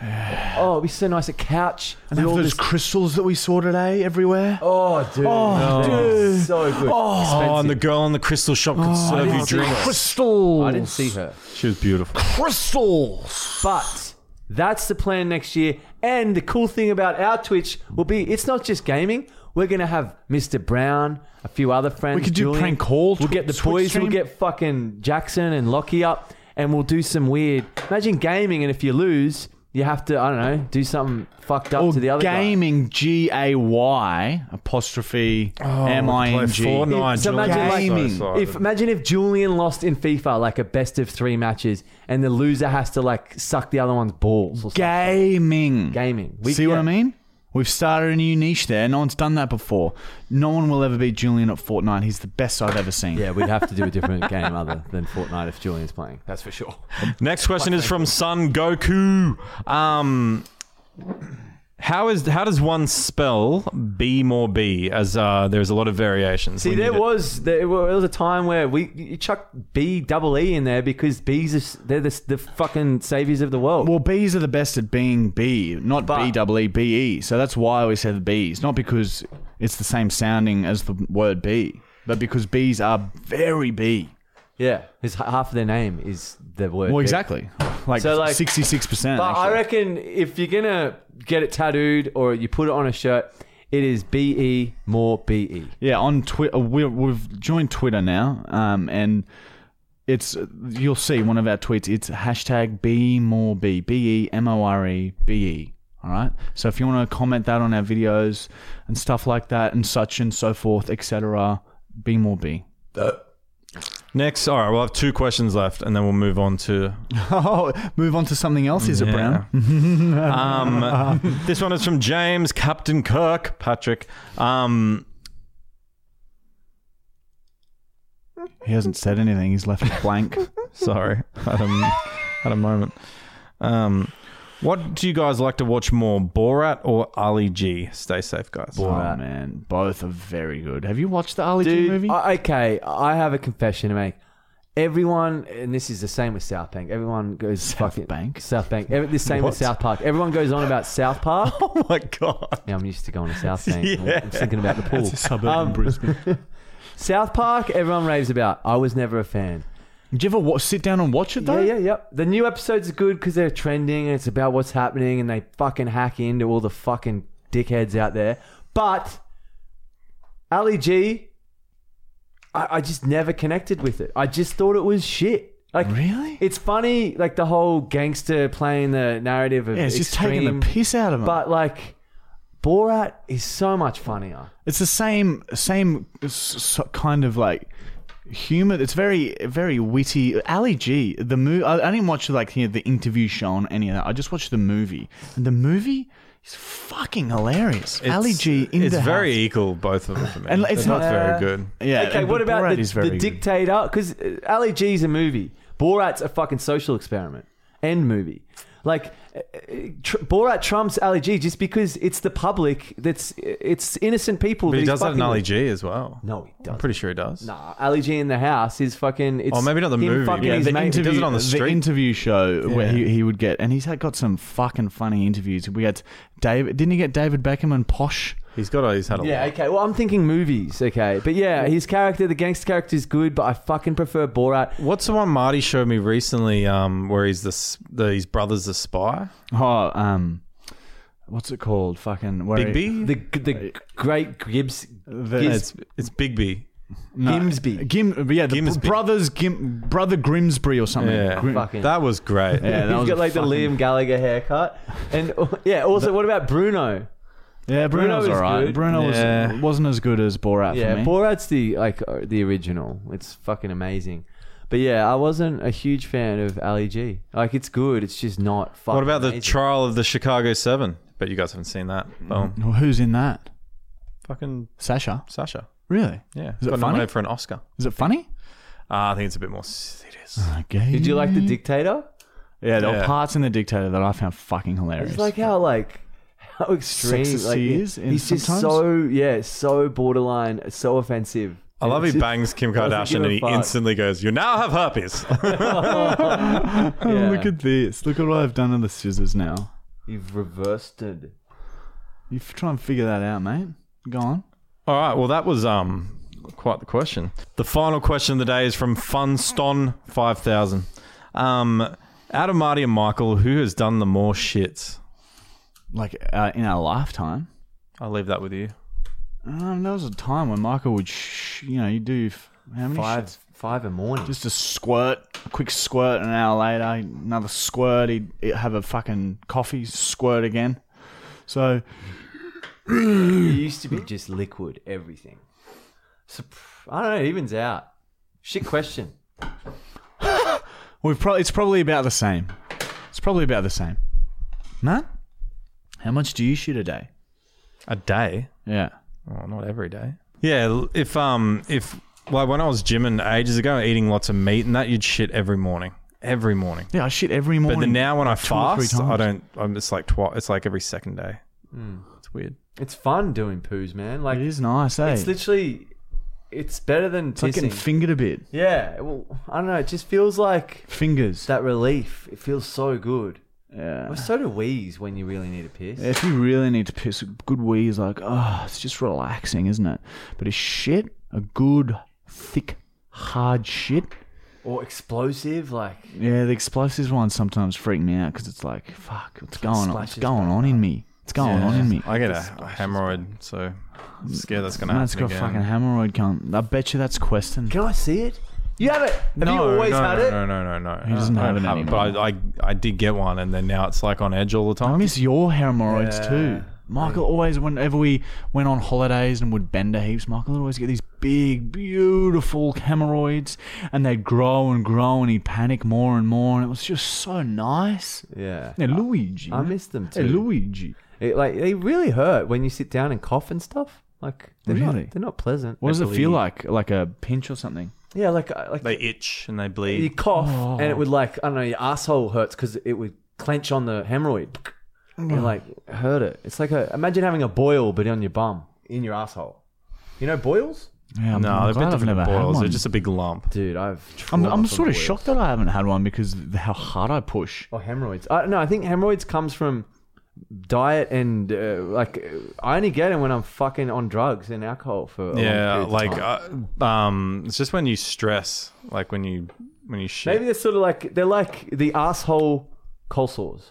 oh, it'd be so nice a couch.
And
with
have
all
those
this-
crystals that we saw today everywhere.
oh, dude. Oh, dude. So good.
Oh, and the
Expensive.
girl in the crystal shop could serve you drinks.
crystals.
I didn't see her.
She was beautiful.
Crystals.
But that's the plan next year. And the cool thing about our Twitch will be it's not just gaming. We're gonna have Mr. Brown, a few other friends.
could do
Julian.
prank call,
We'll
tw-
get the
Twitch
boys.
stream.
We'll get fucking Jackson and Lockie up, and we'll do some weird. Imagine gaming, and if you lose, you have to I don't know do something fucked up
Or
Oh, to the other guy.
gaming G A Y apostrophe M I N
Oh, Play
G.
Fortnite,
So
Julian.
imagine, like,
So
Gaming.
sorry.
If imagine if Julian lost in FIFA like a best of three matches, and the loser has to like suck the other one's balls. Or something.
Gaming.
Gaming.
See what
yeah.
I mean? We've started a new niche there. No one's done that before. No one will ever beat Julian at Fortnite. He's the best I've ever seen.
Yeah, we'd have to do a different game other than Fortnite if Julian's playing. That's for sure.
Next question is from Son Goku. Um, how is how does one spell B more B? As uh, there's a lot of variations.
See,
We need
there
it.
was there wa- there was a time where we you chuck B double E in there because bees are, s- they're the, s- the fucking saviors of the world.
Well, Bs are the best at being B, not
But-
B double E, B E. So that's why we said Bs, not because it's the same sounding as the word B, but because Bs are very B.
yeah, because h- half of their name is the word.
Well,
bee.
exactly. Like
So, like-
66%.
But I
actually.
reckon if you're gonna get it tattooed or you put it on a shirt, it is B E more B E.
Yeah, on Twitter, we're, we've joined Twitter now, um, and it's you'll see one of our tweets. It's hashtag be more b b e m o r e b e. All right. So if you want to comment that on our videos and stuff like that, and such and so forth, etc., be more b.
next. All right, we'll have two questions left, and then we'll move on to
Oh, move on to something else. Is it Brown?
Um, this one is from James Captain Kirk Patrick. Um,
He hasn't said anything. He's left it blank.
sorry, had a, had a moment. Um, what do you guys like to watch more, Borat or Ali G? Stay safe, guys.
oh man, both are very good. Have you watched the Ali G
Dude,
movie?
I, okay, I have a confession to make. Everyone, and this is the same with South Bank. Everyone goes fucking
Bank?
South Bank. Every, the same
What?
with South Park. Everyone goes on about South Park.
Oh my god!
now I'm used to going to South Bank. I'm- I'm thinking about the pool. Um,
suburb in Brisbane.
South Park. Everyone raves about. I was never a fan.
Did you ever wa- sit down and watch it though?
Yeah, yeah, yep. The new episodes are good because they're trending and it's about what's happening and they fucking hack into all the fucking dickheads out there. But Ali G, I, I just never connected with it. I just thought it was shit. Like
Really?
it's funny, like the whole gangster playing the narrative of
Yeah, it's just taking the
extreme,
piss out of him.
But like, Borat is so much funnier.
It's the same same s- s- kind of like humor. It's very very witty. Ali G, the movie. I, I didn't watch like you know, the interview show on any of that. I just watched the movie, and the movie is fucking hilarious. Ali G, in
it's
the
very
house.
equal, both of them for me.
And
And
it's
it's not
not-
very good.
yeah.
okay,
and
what about
Borat
the,
is very
the
good.
dictator? Because Ali G's a movie. Borat's a fucking social experiment and movie. Like uh, uh, tr- Borat trumps Ali G just because it's the public. That's uh, it's innocent people.
But
that
he
he's
does have an
fucking
Ali
with.
G as well.
No, he
I'm
doesn't.
pretty sure he does.
Nah, Ali G in the house is fucking. It's
Oh, maybe not the
him
movie.
Fucking
Yeah,
his
the
mate.
interview- does it on the street.
interview show where
Yeah.
he, he would get, and he's had got some fucking funny interviews. We had David, didn't he get David Beckham and Posh?
He's got. a- He's had a
Yeah,
lot.
okay. Well, I'm thinking movies, okay. But yeah, his character, the gangster character, is good, but I fucking prefer Borat.
What's the one Marty showed me recently? Um, where he's the, s- the his brother's the spy.
Oh, um, what's it called? Fucking where
Big
he-
B.
The the great Gibbs.
The-
Gibbs-
it's it's Big B.
No,
Gimsby.
Gim, yeah, the
Gimsby.
brothers Gim, brother Grimsby or something.
Yeah.
Grim-
Fucking-
That was great.
Yeah, that
He's
was a
got like the
fucking-
Liam Gallagher haircut, and yeah. Also, what about Bruno?
Yeah,
Bruno
Bruno's
is
alright.
good.
Bruno
Yeah.
was, wasn't as good as Borat
Yeah,
for me.
Borat's the like uh, the original. It's fucking amazing. But yeah, I wasn't a huge fan of Ali G. Like, it's good. It's just not fucking.
What about the
amazing.
trial of the Chicago Seven? Bet you guys haven't seen that.
Mm-hmm.
Boom.
Well, Who's in that?
Fucking
Sasha.
Sasha.
Really?
Yeah.
Is it
got
funny?
nominated for an Oscar.
Is it funny?
Uh, I think it's a bit more serious.
Okay.
Did you
Mm-hmm.
like the dictator?
Yeah, there were
Yeah.
parts in The Dictator that I found fucking hilarious.
It's like how like how extreme
Sexist
like,
he is in
he's just
sometimes.
so yeah, so borderline, so offensive.
I love he
It's just-
bangs Kim
doesn't give
Kardashian
a
and he
fuck.
instantly goes, "You now have herpes."
oh,
yeah.
look at this. Look at what I've done to the scissors now.
You've reversed it.
You f- try and figure that out, mate. Go on.
All right. Well, that was um quite the question. The final question of the day is from Funston Five Thousand. Um, out of Marty and Michael, who has done the more shits?
Like uh, in our lifetime.
I'll leave that with you.
Um, there was a time when Michael would, sh- you know, you do f- how many
Five
shits?
five in the morning.
Just a squirt, a quick squirt. An hour later, another squirt. He'd, he'd have a fucking coffee squirt again. So
it used to be just liquid everything. So, I don't know, it evens out. Shit question.
we've pro- it's probably about the same. It's probably about the same. Matt, how much do you shit a day?
A day.
Yeah.
Well, not every day. Yeah, l- if um if like when I was gymming ages ago, eating lots of meat and that, you'd shit every morning, every morning.
Yeah, I shit every
But
morning.
then now when I
two or three
fast, I
times. Hmm.
don't. I'm it's like twice. It's like every second day. It's weird.
It's fun doing poos, man. Like
It is nice, eh?
it's
It's,
literally it's better than
like getting
pissing.
fingered a bit.
yeah, well, I don't know. It just feels like
Fingers.
that relief. It feels so good.
yeah.
Well, so do wheeze when you really need a piss.
If you really need to piss, a good wee is like, oh, it's just relaxing, isn't it? But a shit, a good, thick, hard shit.
Or explosive, like
Yeah, the explosives ones sometimes freak me out because it's like, fuck, what's going on? What's
splashes
going
back
on in me? What's going on Oh, in me?
I get a hemorrhoid, so I'm scared that's gonna
Matt's
happen
got
again.
fucking hemorrhoid cunt. I bet you that's Queston.
can I see it? You have it. Have
no,
you always
no,
had
no,
it?
No, no, no, no.
He doesn't
I
have
don't
it
it, But I, I, I did get one, and then now it's like on edge all the
I
time.
miss your hemorrhoids
Yeah.
too. Michael always, whenever we went on holidays and would bend a heaps, Michael would always get these big, beautiful hemorrhoids, and they'd grow and grow, and he'd panic more and more, and it was just so nice.
Yeah.
Hey, Luigi.
I miss them too.
Hey, Luigi.
It, like they really hurt when you sit down and cough and stuff. Like they're
Really?
not they're not pleasant.
What does
They
it feel
bleed.
like? Like a pinch or something?
Yeah, like uh, like
They itch and they
you
bleed.
cough
Oh.
and it would like I don't know your asshole hurts because it would clench on the hemorrhoid
Mm.
and like hurt it. It's like a imagine having a boil but on your bum in your asshole. You know boils,
Yeah, I'm,
No,
I'm
they're a bit
glad I've
different than
never had
boils. They're
one.
just a big lump.
dude. I've
I'm,
trauma
I'm
from
sort of
boils.
shocked that I haven't had one because of how hard I push.
Oh, hemorrhoids. Uh, no, I think hemorrhoids comes from diet and uh, like uh, I only get them when I'm fucking on drugs and alcohol for a long
Yeah,
period of
like
time.
uh, um, it's just when you stress, like when you when you shit.
maybe they're sort of like they're like the asshole coleslaws.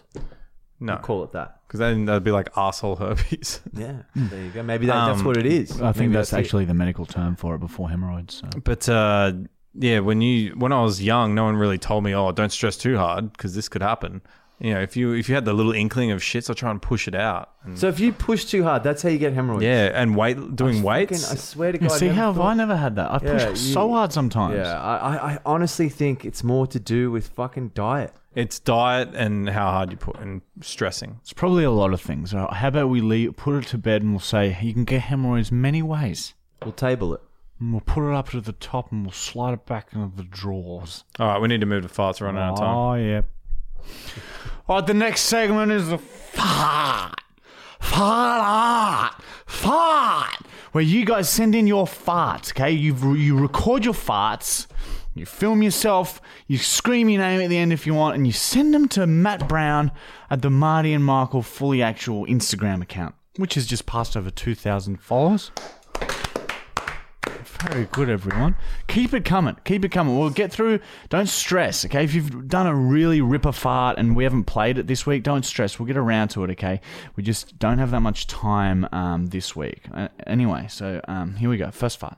no, because
Call it that.
then that'd be like asshole herpes.
Yeah, there you go. Maybe that, that's what it is.
I think
Maybe
that's
it.
actually the medical term for it before hemorrhoids. So.
But uh, yeah, when you when I was young, no one really told me, oh, don't stress too hard because this could happen. You know, if you if you had the little inkling of shit, so try and push it out. And,
So if you push too hard, that's how you get hemorrhoids.
yeah, and weight doing
Fucking- I
weights.
swear to
You
God.
see
never
how have
thought-
I never had that? I push
Yeah,
so
you-
hard sometimes.
Yeah, I, I, I honestly think it's more to do with fucking diet.
It's diet and how hard you put and stressing.
It's probably a lot of things. All right, how about we leave, put it to bed and we'll say you can get hemorrhoids many ways.
We'll table it.
And we'll put it up to the top and we'll slide it back into the drawers.
All right, we need to move to farts. We're running out of time.
Oh, yeah. All right, the next segment is the fart. Fart art. Fart. Where you guys send in your farts, okay? You you record your farts, you film yourself, you scream your name at the end if you want, and you send them to Matt Brown at the Marty and Michael Fully Actual Instagram account, which has just passed over 2,000 followers. Very good, everyone. Keep it coming. Keep it coming. We'll get through. Don't stress, okay? If you've done a really ripper fart and we haven't played it this week, don't stress. We'll get around to it, okay? We just don't have that much time um, this week. Uh, anyway, so um, here we go. First fart.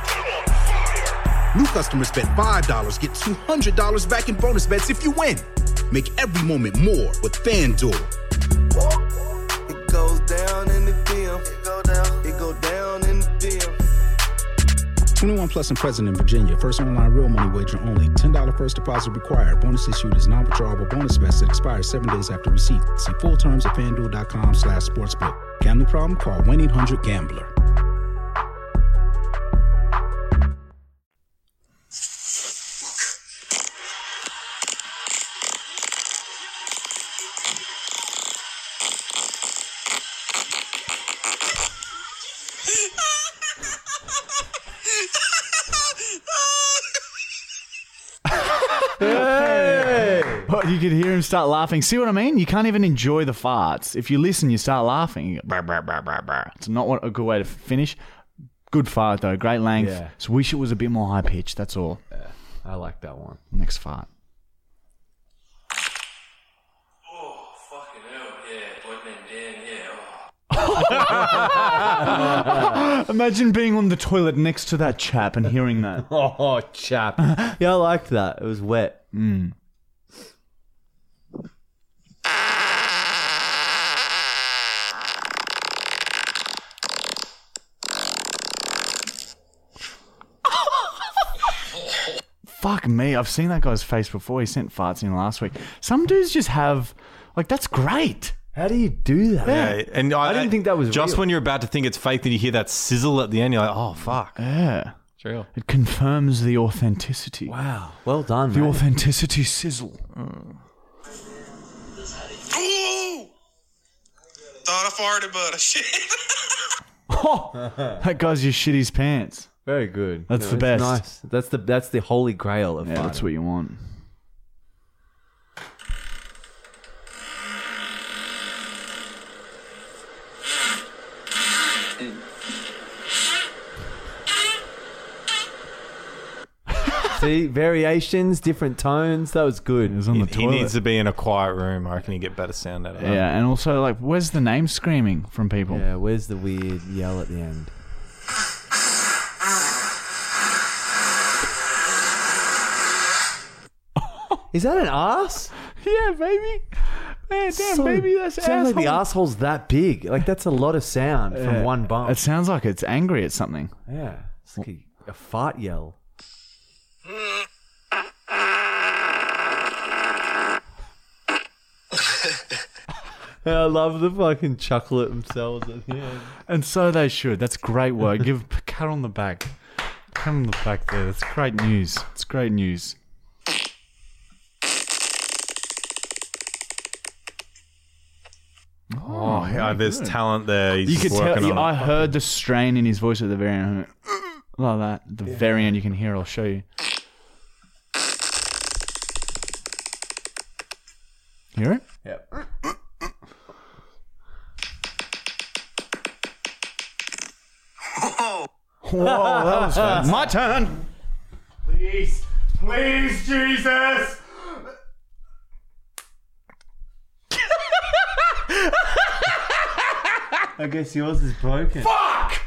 New customers bet $5, get $200 back in bonus bets if you win. Make every moment more with FanDuel.
It goes down in the field. It go down. It go down in the field.
21 plus and present in Virginia. First online real money wager only. $10 first deposit required. Bonus issued is non-withdrawable bonus vest that expires seven days after receipt. See full terms at fanduel.com slash sportsbook. Gambling problem? Call 1-800-GAMBLER.
But you could hear him start laughing. See what I mean? You can't even enjoy the farts. If you listen, you start laughing. You go, brr, brr, brr, brr, brr. It's not what, a good way to finish. Good fart, though. Great length.
Yeah.
Just wish it was a bit more high pitched. That's all.
I like that one.
Next fart.
Oh fucking hell, yeah, boy, man, damn, yeah. Oh.
Imagine being on the toilet next to that chap and hearing that.
Oh, chap. yeah, I liked that. It was wet.
Fuck me, I've seen that guy's face before. He sent farts in last week. Some dudes just have, like, that's great.
How do you do that?
Yeah, and I,
didn't think that was
just
real.
when you're about to think it's fake. Then you hear that sizzle at the end. You're like, oh fuck,
Yeah.
it's real.
It confirms the authenticity.
Wow. Well done,
The
mate.
authenticity sizzle.
Mm.
Ooh! Thought I farted, but I shit.
That guy's just shit his pants.
Very good.
That's the
it's
best.
Nice. That's the that's the holy grail of
Yeah,
farting.
that's what you want.
See, variations, different tones. That was good.
It was on the
He
toilet.
needs to be in a quiet room. I reckon you get better sound out of that.
yeah, and also, like, where's the name screaming from people?
yeah, where's the weird yell at the end? Is that an ass?
Yeah, baby. Man, damn,
So-
baby, that's
sounds like the
asshole.
asshole's that big. Like that's a lot of sound from one bump.
It sounds like it's angry at something.
yeah, it's like a, a fart yell. I love the fucking chuckle at themselves at the end.
And so they should. That's great work. Give a pat on the back. Pat on the back there. That's great news. It's great news.
Oh, yeah, there's talent there. He's
Mm. You
just
could tell.
working
You,
on
I heard the strain in his voice at the very end. Like that. The very end, you can hear. I'll show you. Hear it?
Yep.
Whoa, that was fun. My turn.
Please, please, Jesus!
I guess yours is broken.
Fuck!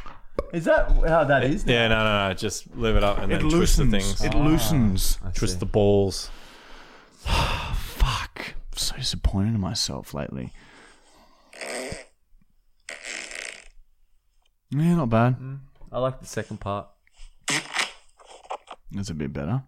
Is that how that is?
Yeah, no, no, no. Just live it up and
It
then twist the
loosens.
things.
It loosens.
twist the balls.
Fuck. I'm so disappointed in myself lately. Yeah, not bad.
I like the second part.
That's a bit better.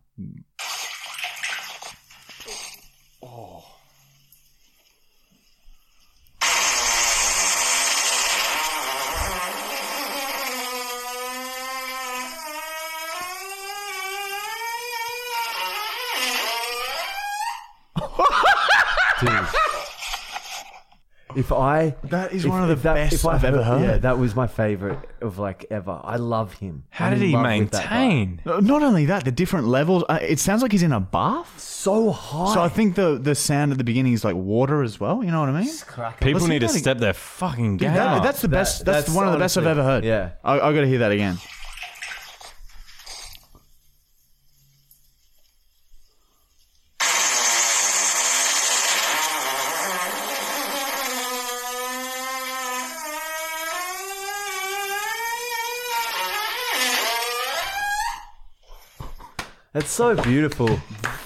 If I
That is
if-
one of the
if that-
best
if I
I've ever heard.
Yeah, that was my favorite of like ever. I love him.
How
I'm
did
in
he
love with that guy.
maintain?
Uh, Not only that, the different levels. Uh, it sounds like he's in a bath.
So high.
So I think the the sound at the beginning is like water as well. You know what I mean?
People
Listen,
need to
that-
step their fucking game.
That-
up.
that's the
That-
best. That's,
that's
one of the best I've
honestly-
ever heard.
yeah.
I, I got to hear that again.
That's so beautiful.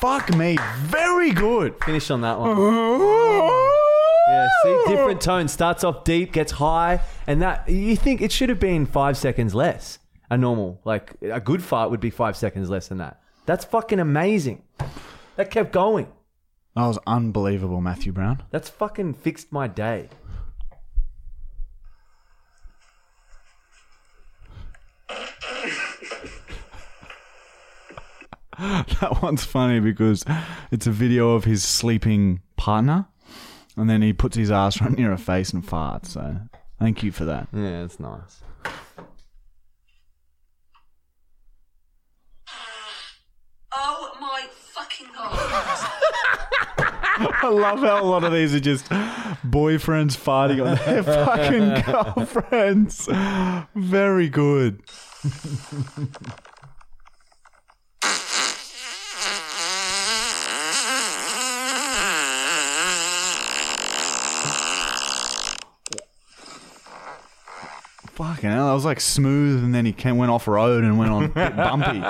Fuck me. Very good.
Finish on that one. Yeah, see, different tone. Starts off deep, gets high, and that you think it should have been five seconds less. A normal, like a good fart would be five seconds less than that. That's fucking amazing. That kept going.
That was unbelievable, Matthew Brown.
That's fucking fixed my day.
That one's funny because it's a video of his sleeping partner, and then he puts his ass right near her face and farts. So thank you for that.
Yeah, it's nice.
Oh my fucking god.
I love how a lot of these are just boyfriends farting on their fucking girlfriends. Very good. Fucking hell, that was like smooth, and then he came, went off road and went on a bit bumpy.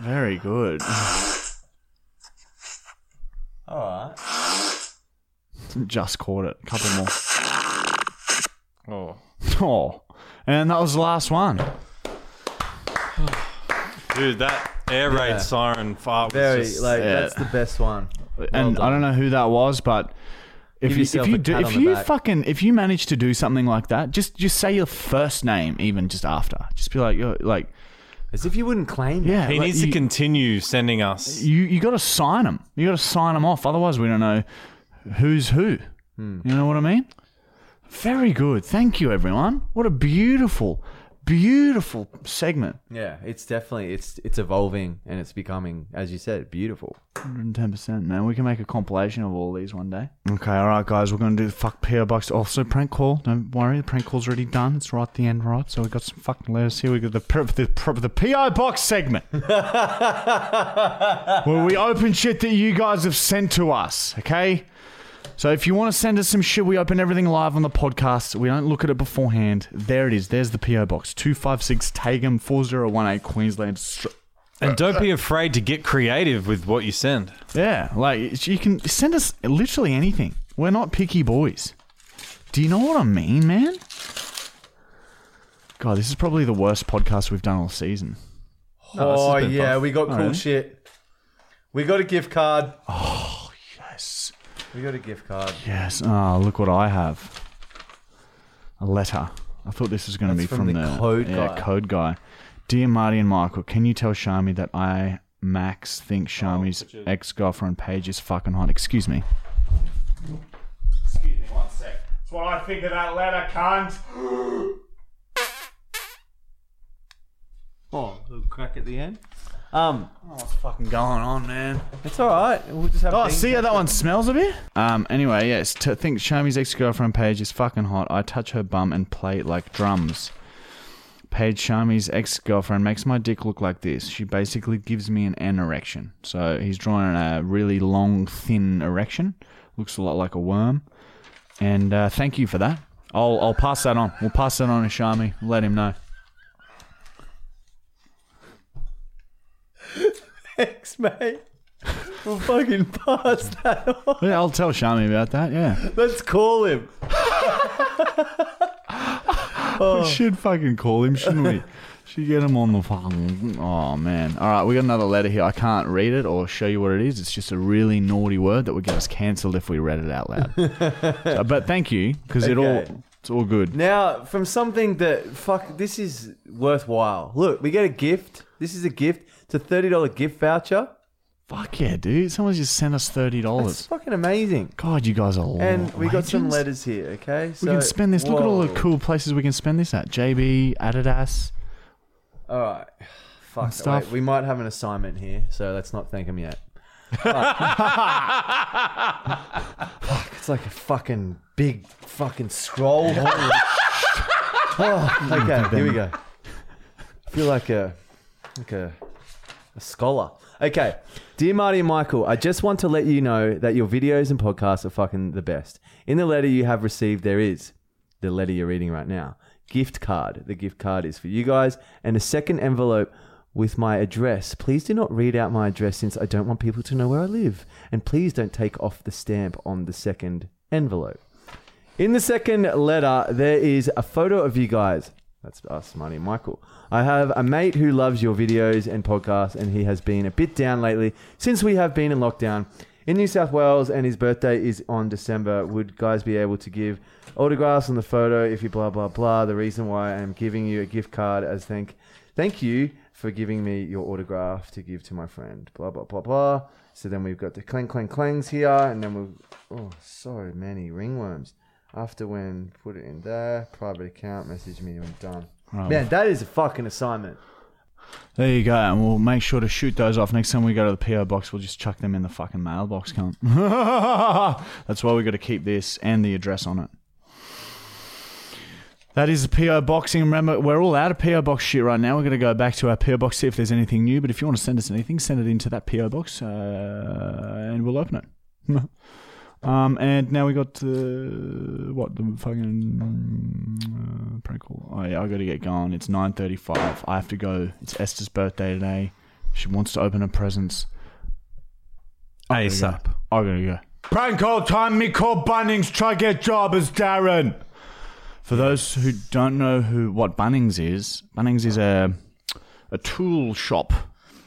Very good. Just caught it. A couple more.
oh.
Oh, and that was the last one.
Dude, that air raid siren fart was
Very
just
like
yeah.
that's the best one.
and
Well
I don't know who that was, but if
Give
you,
yourself
if you
a
do,
pat
if
on the
you
back.
fucking if you manage to do something like that, just just say your first name even just after. Just be like you're like
As if you wouldn't claim it.
yeah.
He
like,
needs
you-
to continue sending us.
You you got to sign them. You got to sign them off. Otherwise, we don't know who's who.
Hmm.
You know what I mean? Very good. Thank you, everyone. What a beautiful, beautiful segment.
Yeah, it's definitely it's it's evolving and it's becoming, as you said, beautiful.
110%, man. We can make a compilation of all these one day. Okay, all right, guys. We're going to do the fuck PO Box. Also, prank call. Don't worry. The prank call's already done. It's right at the end, right? So we got some fucking letters here. We got the pr- the, pr- the PO Box segment. where we open shit that you guys have sent to us, okay? So if you want to send us some shit, we open everything live on the podcast. We don't look at it beforehand. There it is. There's the PO Box. 256 Tagum 4018 Queensland. Str-
And don't
Uh,
be afraid to get creative with what you send.
Yeah, like you can send us literally anything. We're not picky boys. Do you know what I mean, man? God, this is probably the worst podcast we've done all season. No, this has
oh
been
yeah,
fun.
we got
Oh,
cool
really?
shit. We got a gift card. Oh yes. We got a gift card.
Yes. Oh, look what I have. A letter. I thought this was going to be
That's
from,
from the code
yeah,
guy.
code guy. Dear Marty and Michael, can you tell Shami that I Max
Oh,
think Shami's ex girlfriend Paige is fucking hot? Excuse me.
Excuse me, one sec. That's what I think of that letter, cunt.
Oh, little crack at the end. Um,
what's fucking going on, man?
It's all right. We'll just have.
Oh,
things.
see how that one smells a bit? Um, anyway, yes, to think Shami's ex girlfriend Paige is fucking hot. I touch her bum and play it like drums. Paige Shami's ex girlfriend makes my dick look like this. She basically gives me an, an erection. So he's drawing a really long, thin erection. Looks a lot like a worm. And uh, thank you for that. I'll, I'll pass that on. We'll pass that on to Shami. Let him know.
Thanks, mate. We'll fucking pass that on.
Yeah, I'll tell Shami about that. Yeah.
Let's call him.
We should fucking call him, shouldn't we? should get him on the phone. Oh man! All right, we got another letter here. I can't read it or show you what it is. It's just a really naughty word that would get us cancelled if we read it out loud. So, but thank you because it
Okay.
all it's all good.
Now, from something that fuck, this is worthwhile. Look, we get a gift. This is a gift. It's a thirty dollar gift voucher.
Fuck yeah, dude! Someone just sent us thirty
It's
dollars.
fucking amazing.
God, you guys are
And we got some
legends.
letters here. Okay,
We
so,
can spend this. Look at all the
Whoa.
cool places we can spend this at. JB, Adidas.
All right. Fuck.
stuff.
Wait, we might have an assignment here, so let's not thank him yet. But- Fuck, it's like a fucking big fucking scroll. Holy sh- oh, okay, here we go. I feel like a like a, a scholar. Okay. Dear Marty and Michael, I just want to let you know that your videos and podcasts are fucking the best. In the letter you have received, there is the letter you're reading right now. Gift card. The gift card is for you guys, and a second envelope with my address. Please do not read out my address since I don't want people to know where I live. And please don't take off the stamp on the second envelope. In the second letter, there is a photo of you guys. That's us, Marty and Michael. I have a mate who loves your videos and podcasts, and he has been a bit down lately since we have been in lockdown in New South Wales, and his birthday is on December. Would guys be able to give autographs on the photo if you blah blah blah? The reason why I am giving you a gift card as thank thank you for giving me your autograph to give to my friend. Blah blah blah blah. So then we've got the clang clang clangs here, and then we've oh so many ringworms. After when put it in there, private account, message me when done. Man, that is a fucking assignment.
There you go, and we'll make sure to shoot those off. Next time we go to the PO box, we'll just chuck them in the fucking mailbox, cunt. That's why we got to keep this and the address on it. That is the PO boxing. Remember, we're all out of PO box shit right now. We're going to go back to our PO box see if there's anything new. But if you want to send us anything, send it into that PO box, uh, and we'll open it. um, and now we got uh, what the fucking uh, prank call. Oh yeah, I got to get going. It's nine thirty-five. I have to go. It's Esther's birthday today. She wants to open her presents.
ASAP.
I gotta go. Prank call time, me call Bunnings, try get job as Darren. For those who don't know who what Bunnings is, Bunnings is a a tool shop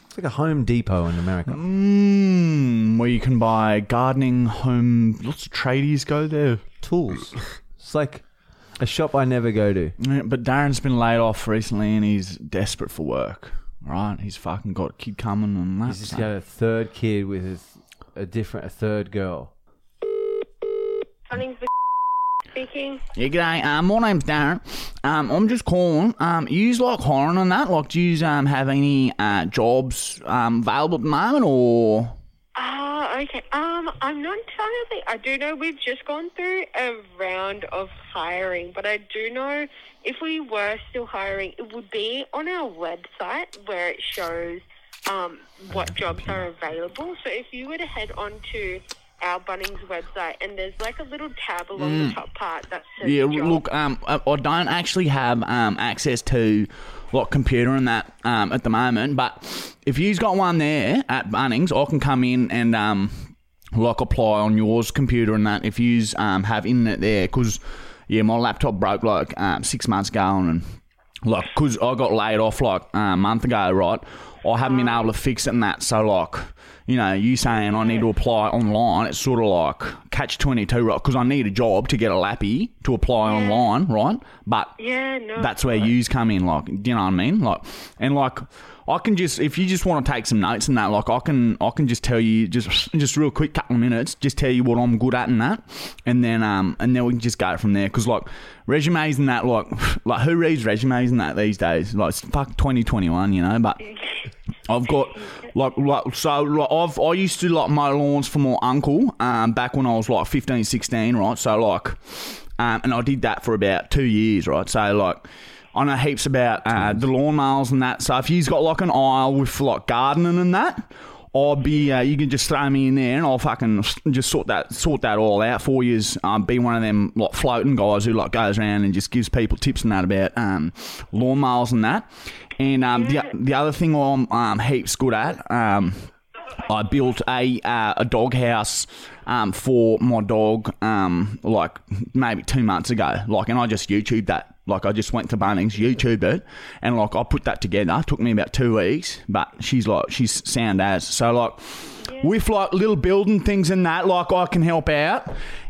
It's like a Home Depot in America.
mm, where you can buy gardening, home. Lots of tradies go there.
Tools. It's like a shop I never go to.
Yeah, But Darren's been laid off recently, and he's desperate for work. Right? He's fucking got a kid coming and that.
He's just got a third kid with his, a different, a third girl.
Cunning's speaking.
Yeah, g'day. Um, my name's Darren. Um, I'm just calling. Um, yous like hiring on that? Like, do yous um have any uh jobs um available at the moment, or
Ah, okay. Um, I'm not entirely. I do know we've just gone through a round of hiring, but I do know if we were still hiring, it would be on our website where it shows um, what jobs are available. So if you were to head on to our Bunnings website, and there's like a little tab along the top part that says
Mm. yeah?
jobs.
Look, um, I, I don't actually have um access to like computer and that um at the moment, but if yous got one there at Bunnings, I can come in and um like apply on yours computer and that if yous um have internet there, because yeah, my laptop broke like um six months ago and. Like, cause I got laid off like uh, a month ago, right? I haven't been able to fix it and that. So, like, you know, you saying I need to apply online, it's sort of like catch 22, right? Because I need a job to get a lappy to apply online, right? But
Yeah, no.
that's where yous come in, like, do you know what I mean? Like, and like, I can just if you just want to take some notes and that, like, I can I can just tell you just just real quick, couple of minutes, just tell you what I'm good at and that, and then um and then we can just go from there. Because like resumes and that, like, like who reads resumes and that these days? Like, it's fuck 2021, you know. But I've got like like so like I've I used to like mow lawns for my uncle um back when I was like 15 16 right so like um and I did that for about 2 years right so like I know heaps about uh, the lawn mowers and that so if he's got like an aisle with like gardening and that I'll be uh, you can just throw me in there and I'll fucking just sort that sort that all out for you um, be one of them like floating guys who like goes around and just gives people tips and that about um lawn mowers and that and um, the, the other thing I'm um, heaps good at, um, I built a uh, a dog house um, for my dog um, like maybe two months ago. Like, and I just YouTubed that. Like, I just went to Bunnings, YouTubed it, and like I put that together. It took me about two weeks, but she's like she's sound as. So like with like little building things and that, like I can help out.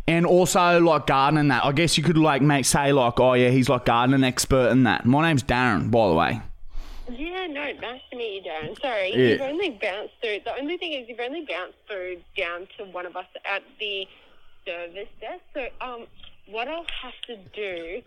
And also like gardening that. I guess you could like make say like, oh yeah, he's like gardening expert in that. My name's Darren, by the way.
Yeah, no, nice to meet you, Darren. Sorry,
Yeah.
you've only bounced through. The only thing is, you've only bounced through down to one of us at the service desk. So, um, what I'll have to do,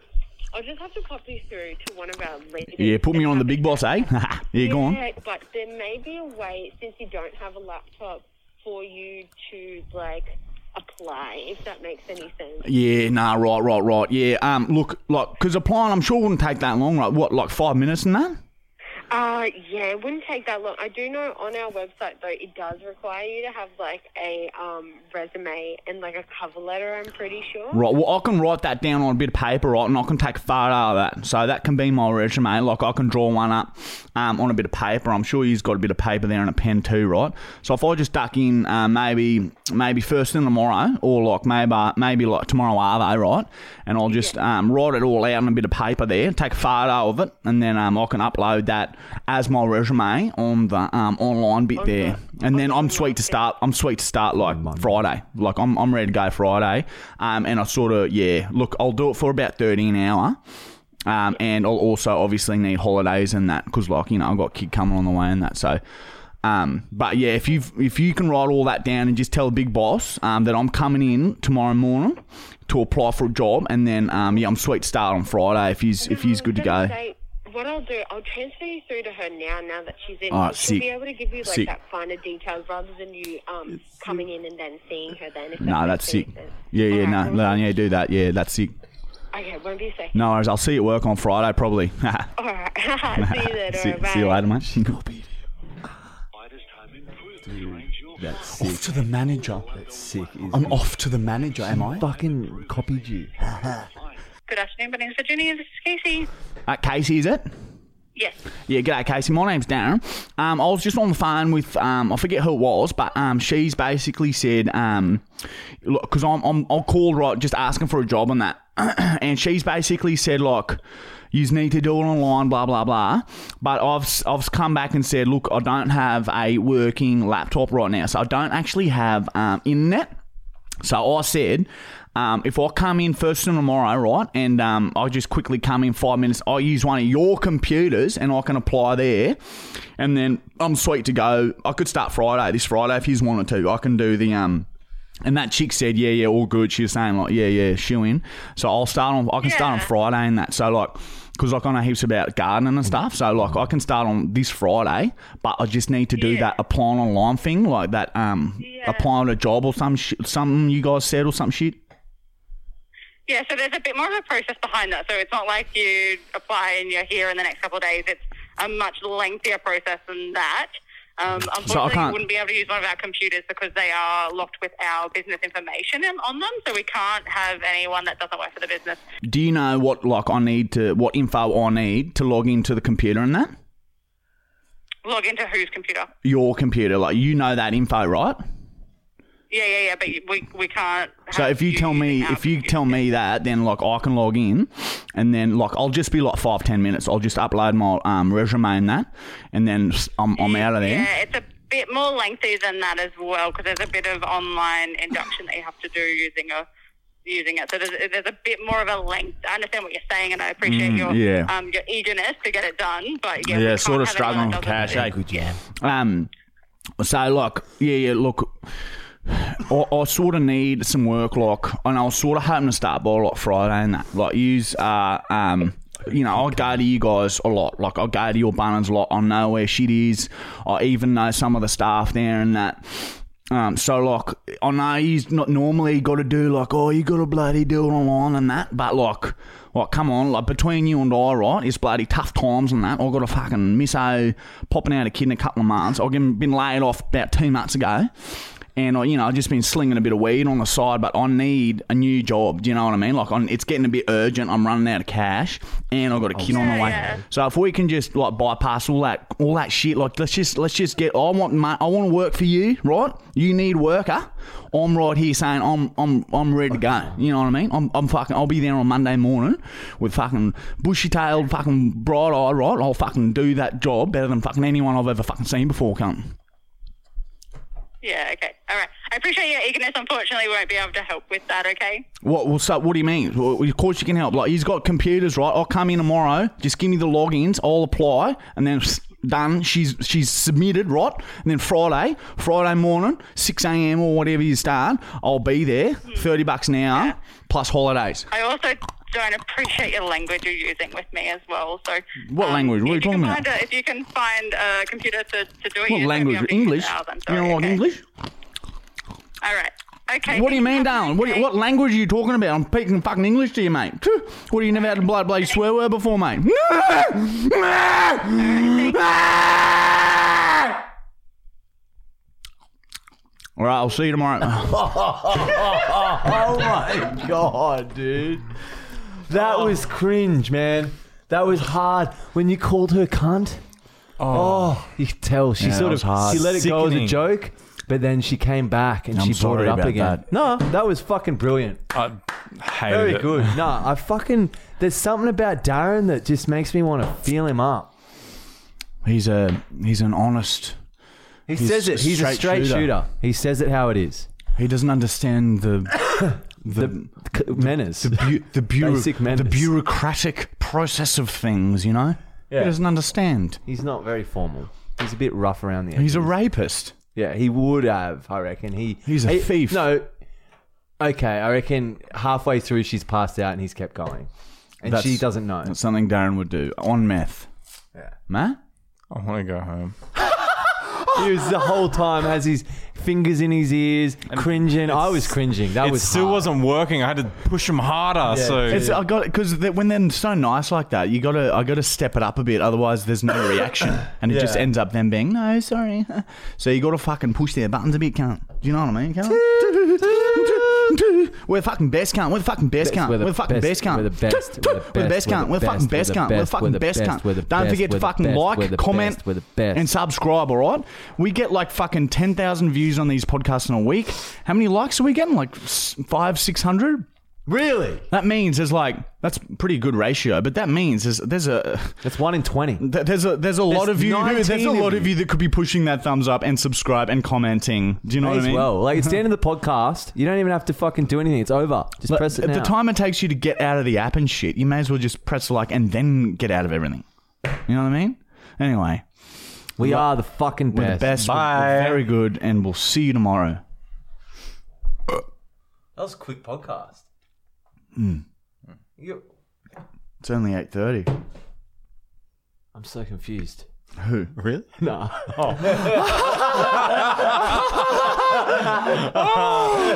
I'll just have to pop you through to one of our leaders.
Yeah, put me on the big boss, eh? yeah, go on.
Yeah, But there may be a way, since you don't have a laptop, for you to like apply, if that makes any sense.
Yeah, nah, right, right, right. Yeah, um, look, like, because applying, I'm sure wouldn't take that long, like, what, like five minutes and that?
Uh, yeah, it wouldn't take that long. I do know on our website though, it does require you to have like a um, resume and like a cover letter. I'm pretty sure.
Right, well, I can write that down on a bit of paper, right, and I can take a photo of that. So that can be my resume. Like, I can draw one up um, on a bit of paper. I'm sure he's got a bit of paper there and a pen too, right? So if I just duck in uh, maybe maybe first thing tomorrow, or like maybe maybe like tomorrow, Arvo, right? And I'll just um, write it all out on a bit of paper there, take a photo of it, and then um, I can upload that as my resume on the um, online bit there. And then I'm sweet to start. I'm sweet to start like Friday. Like I'm, I'm ready to go Friday. Um, and I sort of yeah. Look, I'll do it for about thirty an hour. Um, and I'll also obviously need holidays and that because like you know I've got a kid coming on the way and that so. Um, but yeah, if you if you can write all that down and just tell the big boss um, that I'm coming in tomorrow morning to apply for a job, and then um, yeah, I'm sweet to start on Friday if he's if he's good to go.
Mm-hmm. Say, what I'll do, I'll transfer you through to her now. Now that she's in,
Alright,
she'll be
sick.
able to give you like
Sick.
that finer details rather than you um, coming in and then seeing her. Then, if that
No,
makes
that's sick.
any sense.
Yeah, yeah, no,
Alright,
no, yeah, do that. Yeah, that's sick.
Okay, won't be safe.
No worries. I'll see you at work on Friday, probably.
All right, see you later.
see,
bye.
see you later, mate.
That's sick.
Off to the manager.
That's sick. Isn't
I'm
it?
off to the manager, am I?
Fucking copied you.
Good afternoon, my name's Virginia. This is Casey.
Uh, Casey, is it?
Yes.
Yeah, g'day, Casey. My name's Darren. Um, I was just on the phone with um, I forget who it was, but um, she's basically said um, look, because I'm I'm I called right just asking for a job and that, and she's basically said like. You need to do it online, blah blah blah. But I've s- I've come back and said, look, I don't have a working laptop right now, so I don't actually have um, internet. So I said, um, if I come in first thing tomorrow, right, and um, I just quickly come in five minutes, I use one of your computers and I can apply there, and then I'm sweet to go. I could start Friday, this Friday, if you wanted to. I can do the um. And that chick said, "Yeah, yeah, all good." She was saying, "Like, yeah, yeah, shoe in." So I'll start on. I can start on Friday and that. So like, because like I know heaps about gardening and stuff. So like, I can start on this Friday, but I just need to do that applying online thing, like that um applying a job or some sh- something you guys said or some shit.
Yeah, so there's a bit more of a process behind that. So it's not like you apply and you're here in the next couple of days. It's a much lengthier process than that. Um, unfortunately,
can't-
you wouldn't be able to use one of our computers because they are locked with our business information in- on them. So we can't have anyone that doesn't work for the business.
Do you know what like I need to what info I need to log into the computer and that
Log into whose computer?
your computer? Like you know that info, right?
Yeah, yeah, yeah. But you- we, we can't.
So if you tell me if you tell me that, then like I can log in, and then like I'll just be like five ten minutes. I'll just upload my um, resume and that, and then s- I'm I'm out of
Yeah,
there.
it's a bit more lengthy than that as well because there's a bit of online induction that you have to do using a using it. So there's, there's a bit more of a length. I understand what you're saying, and I appreciate
Mm,
your
yeah.
um, your eagerness to get it done. But yeah,
Yeah,
we can't
sort of
have anyone
struggling
that
with
doesn't
cash,
do
eh?
it.
Good job. Um, so like yeah yeah look. I, I sort of need some work, like, and I was sort of hoping to start by like Friday and that. Like, use uh, um, you know, I go to you guys a lot. Like, I go to your banners a lot. I know where shit is. I even know some of the staff there and that. Um, so like, I know he's not normally got to do like, oh, you got to bloody do it online and that, but like, like, come on, like between you and I, right, it's bloody tough times and that. I got a fucking misso popping out a kid in a couple of months. I've been been laid off about two months ago, and I, you know, I've just been slinging a bit of weed on the side, but I need a new job. Do you know what I mean? Like, i it's getting a bit urgent. I'm running out of cash, and I got a kid on the way. So if we can just like bypass all that, all that shit, like let's just let's just get. I want my, I want to work for you, right? You need worker. I'm right here saying I'm I'm I'm ready to go. You know what I mean? I'm, I'm fucking. I'll be there on Monday morning with fucking bushy tailed, fucking bright eye, right? I'll fucking do that job better than fucking anyone I've ever fucking seen before. Cunt.
Yeah, okay. All right. I appreciate your eagerness. Unfortunately, we won't be able to help with that, okay?
What? Well, so what do you mean? Well, of course you can help. Like he's got computers, right? I'll come in tomorrow. Just give me the logins. I'll apply, and then done. She's she's submitted, right? And then Friday, Friday morning, six a.m. or whatever you start, I'll be there. Thirty bucks an hour plus holidays.
I also don't appreciate your language you're using with me as well. So, um,
What language? What are you
if you,
talking
can
about?
find a, if you can find a computer to, to do it,
What
you
language? English. You don't like English?
All right. Okay.
What do you mean, darling? What, do you- what language are you talking about? I'm speaking fucking English to you, mate. Phew. What have you never had a bloody, bloody swear word before, mate? All right, I'll see you tomorrow.
oh my god, dude. That
Oh.
was cringe, man. That was hard. When you called her cunt, oh, you could tell she
Yeah, that
sort
was
of
hard.
she let it go as a
Sickening.
joke, but then she came back and
I'm
she brought
sorry
it up
about
again.
that.
No, that was fucking brilliant.
I hated
Very
it.
good. Nah, I fucking there's something about Darren that just makes me want to feel him up.
He's a he's an honest.
He says it. He's a straight shooter. He says it how it is.
He doesn't understand the the,
menace,
the, bu- the, bureau-
Basic
the bureaucratic process of things. You know, he doesn't understand.
He's not very formal. He's a bit rough around the edges.
He's a rapist.
Yeah, he would have, I reckon. He
He's a
he-
thief.
No. Okay, I reckon halfway through she's passed out and he's kept going. And she doesn't know.
That's something Darren would do on meth.
Yeah.
Matt?
I want to go home.
He was the whole time has his fingers in his ears, cringing. I was cringing. That
it
was
still wasn't working. I had to push him harder.
Yeah.
so
It's, I got because when they're so nice like that, you gotta I gotta step it up a bit. Otherwise, there's no reaction, and it just
Yeah.
ends up them being no sorry. So you gotta fucking push their buttons a bit, can't? Do you know what I mean? Can't? We're the fucking best can't. We're the fucking best can't. We're the fucking best can't.
We're the best. We're
We're the best can't. We're the fucking best can't. We're the fucking best can't. Don't forget to fucking like, comment,
We're the best.
and subscribe. All right, we get like fucking ten thousand views on these podcasts in a week. How many likes are we getting? Like s- five, six hundred.
Really?
That means there's like that's a pretty good ratio, but that means there's there's a
that's one in twenty.
There's a there's a lot
There's
of you. Who, there's
19
a
of
lot of you that could be pushing that thumbs up and subscribe and commenting. Do you know
May
what I
as
mean?
well. Like it's the end of the podcast. You don't even have to fucking do anything. It's over. Just
Like,
press it
at
now.
the time it takes you to get out of the app and shit, you may as well just press like and then get out of everything. You know what I mean? Anyway,
we are the fucking
we're the
best.
best. We're- We're,
Bye.
very good, and we'll see you tomorrow.
That was a quick podcast.
Hmm.
Hmm. You-
It's only eight thirty.
I'm so confused.
Who?
Really?
Nah.
Oh.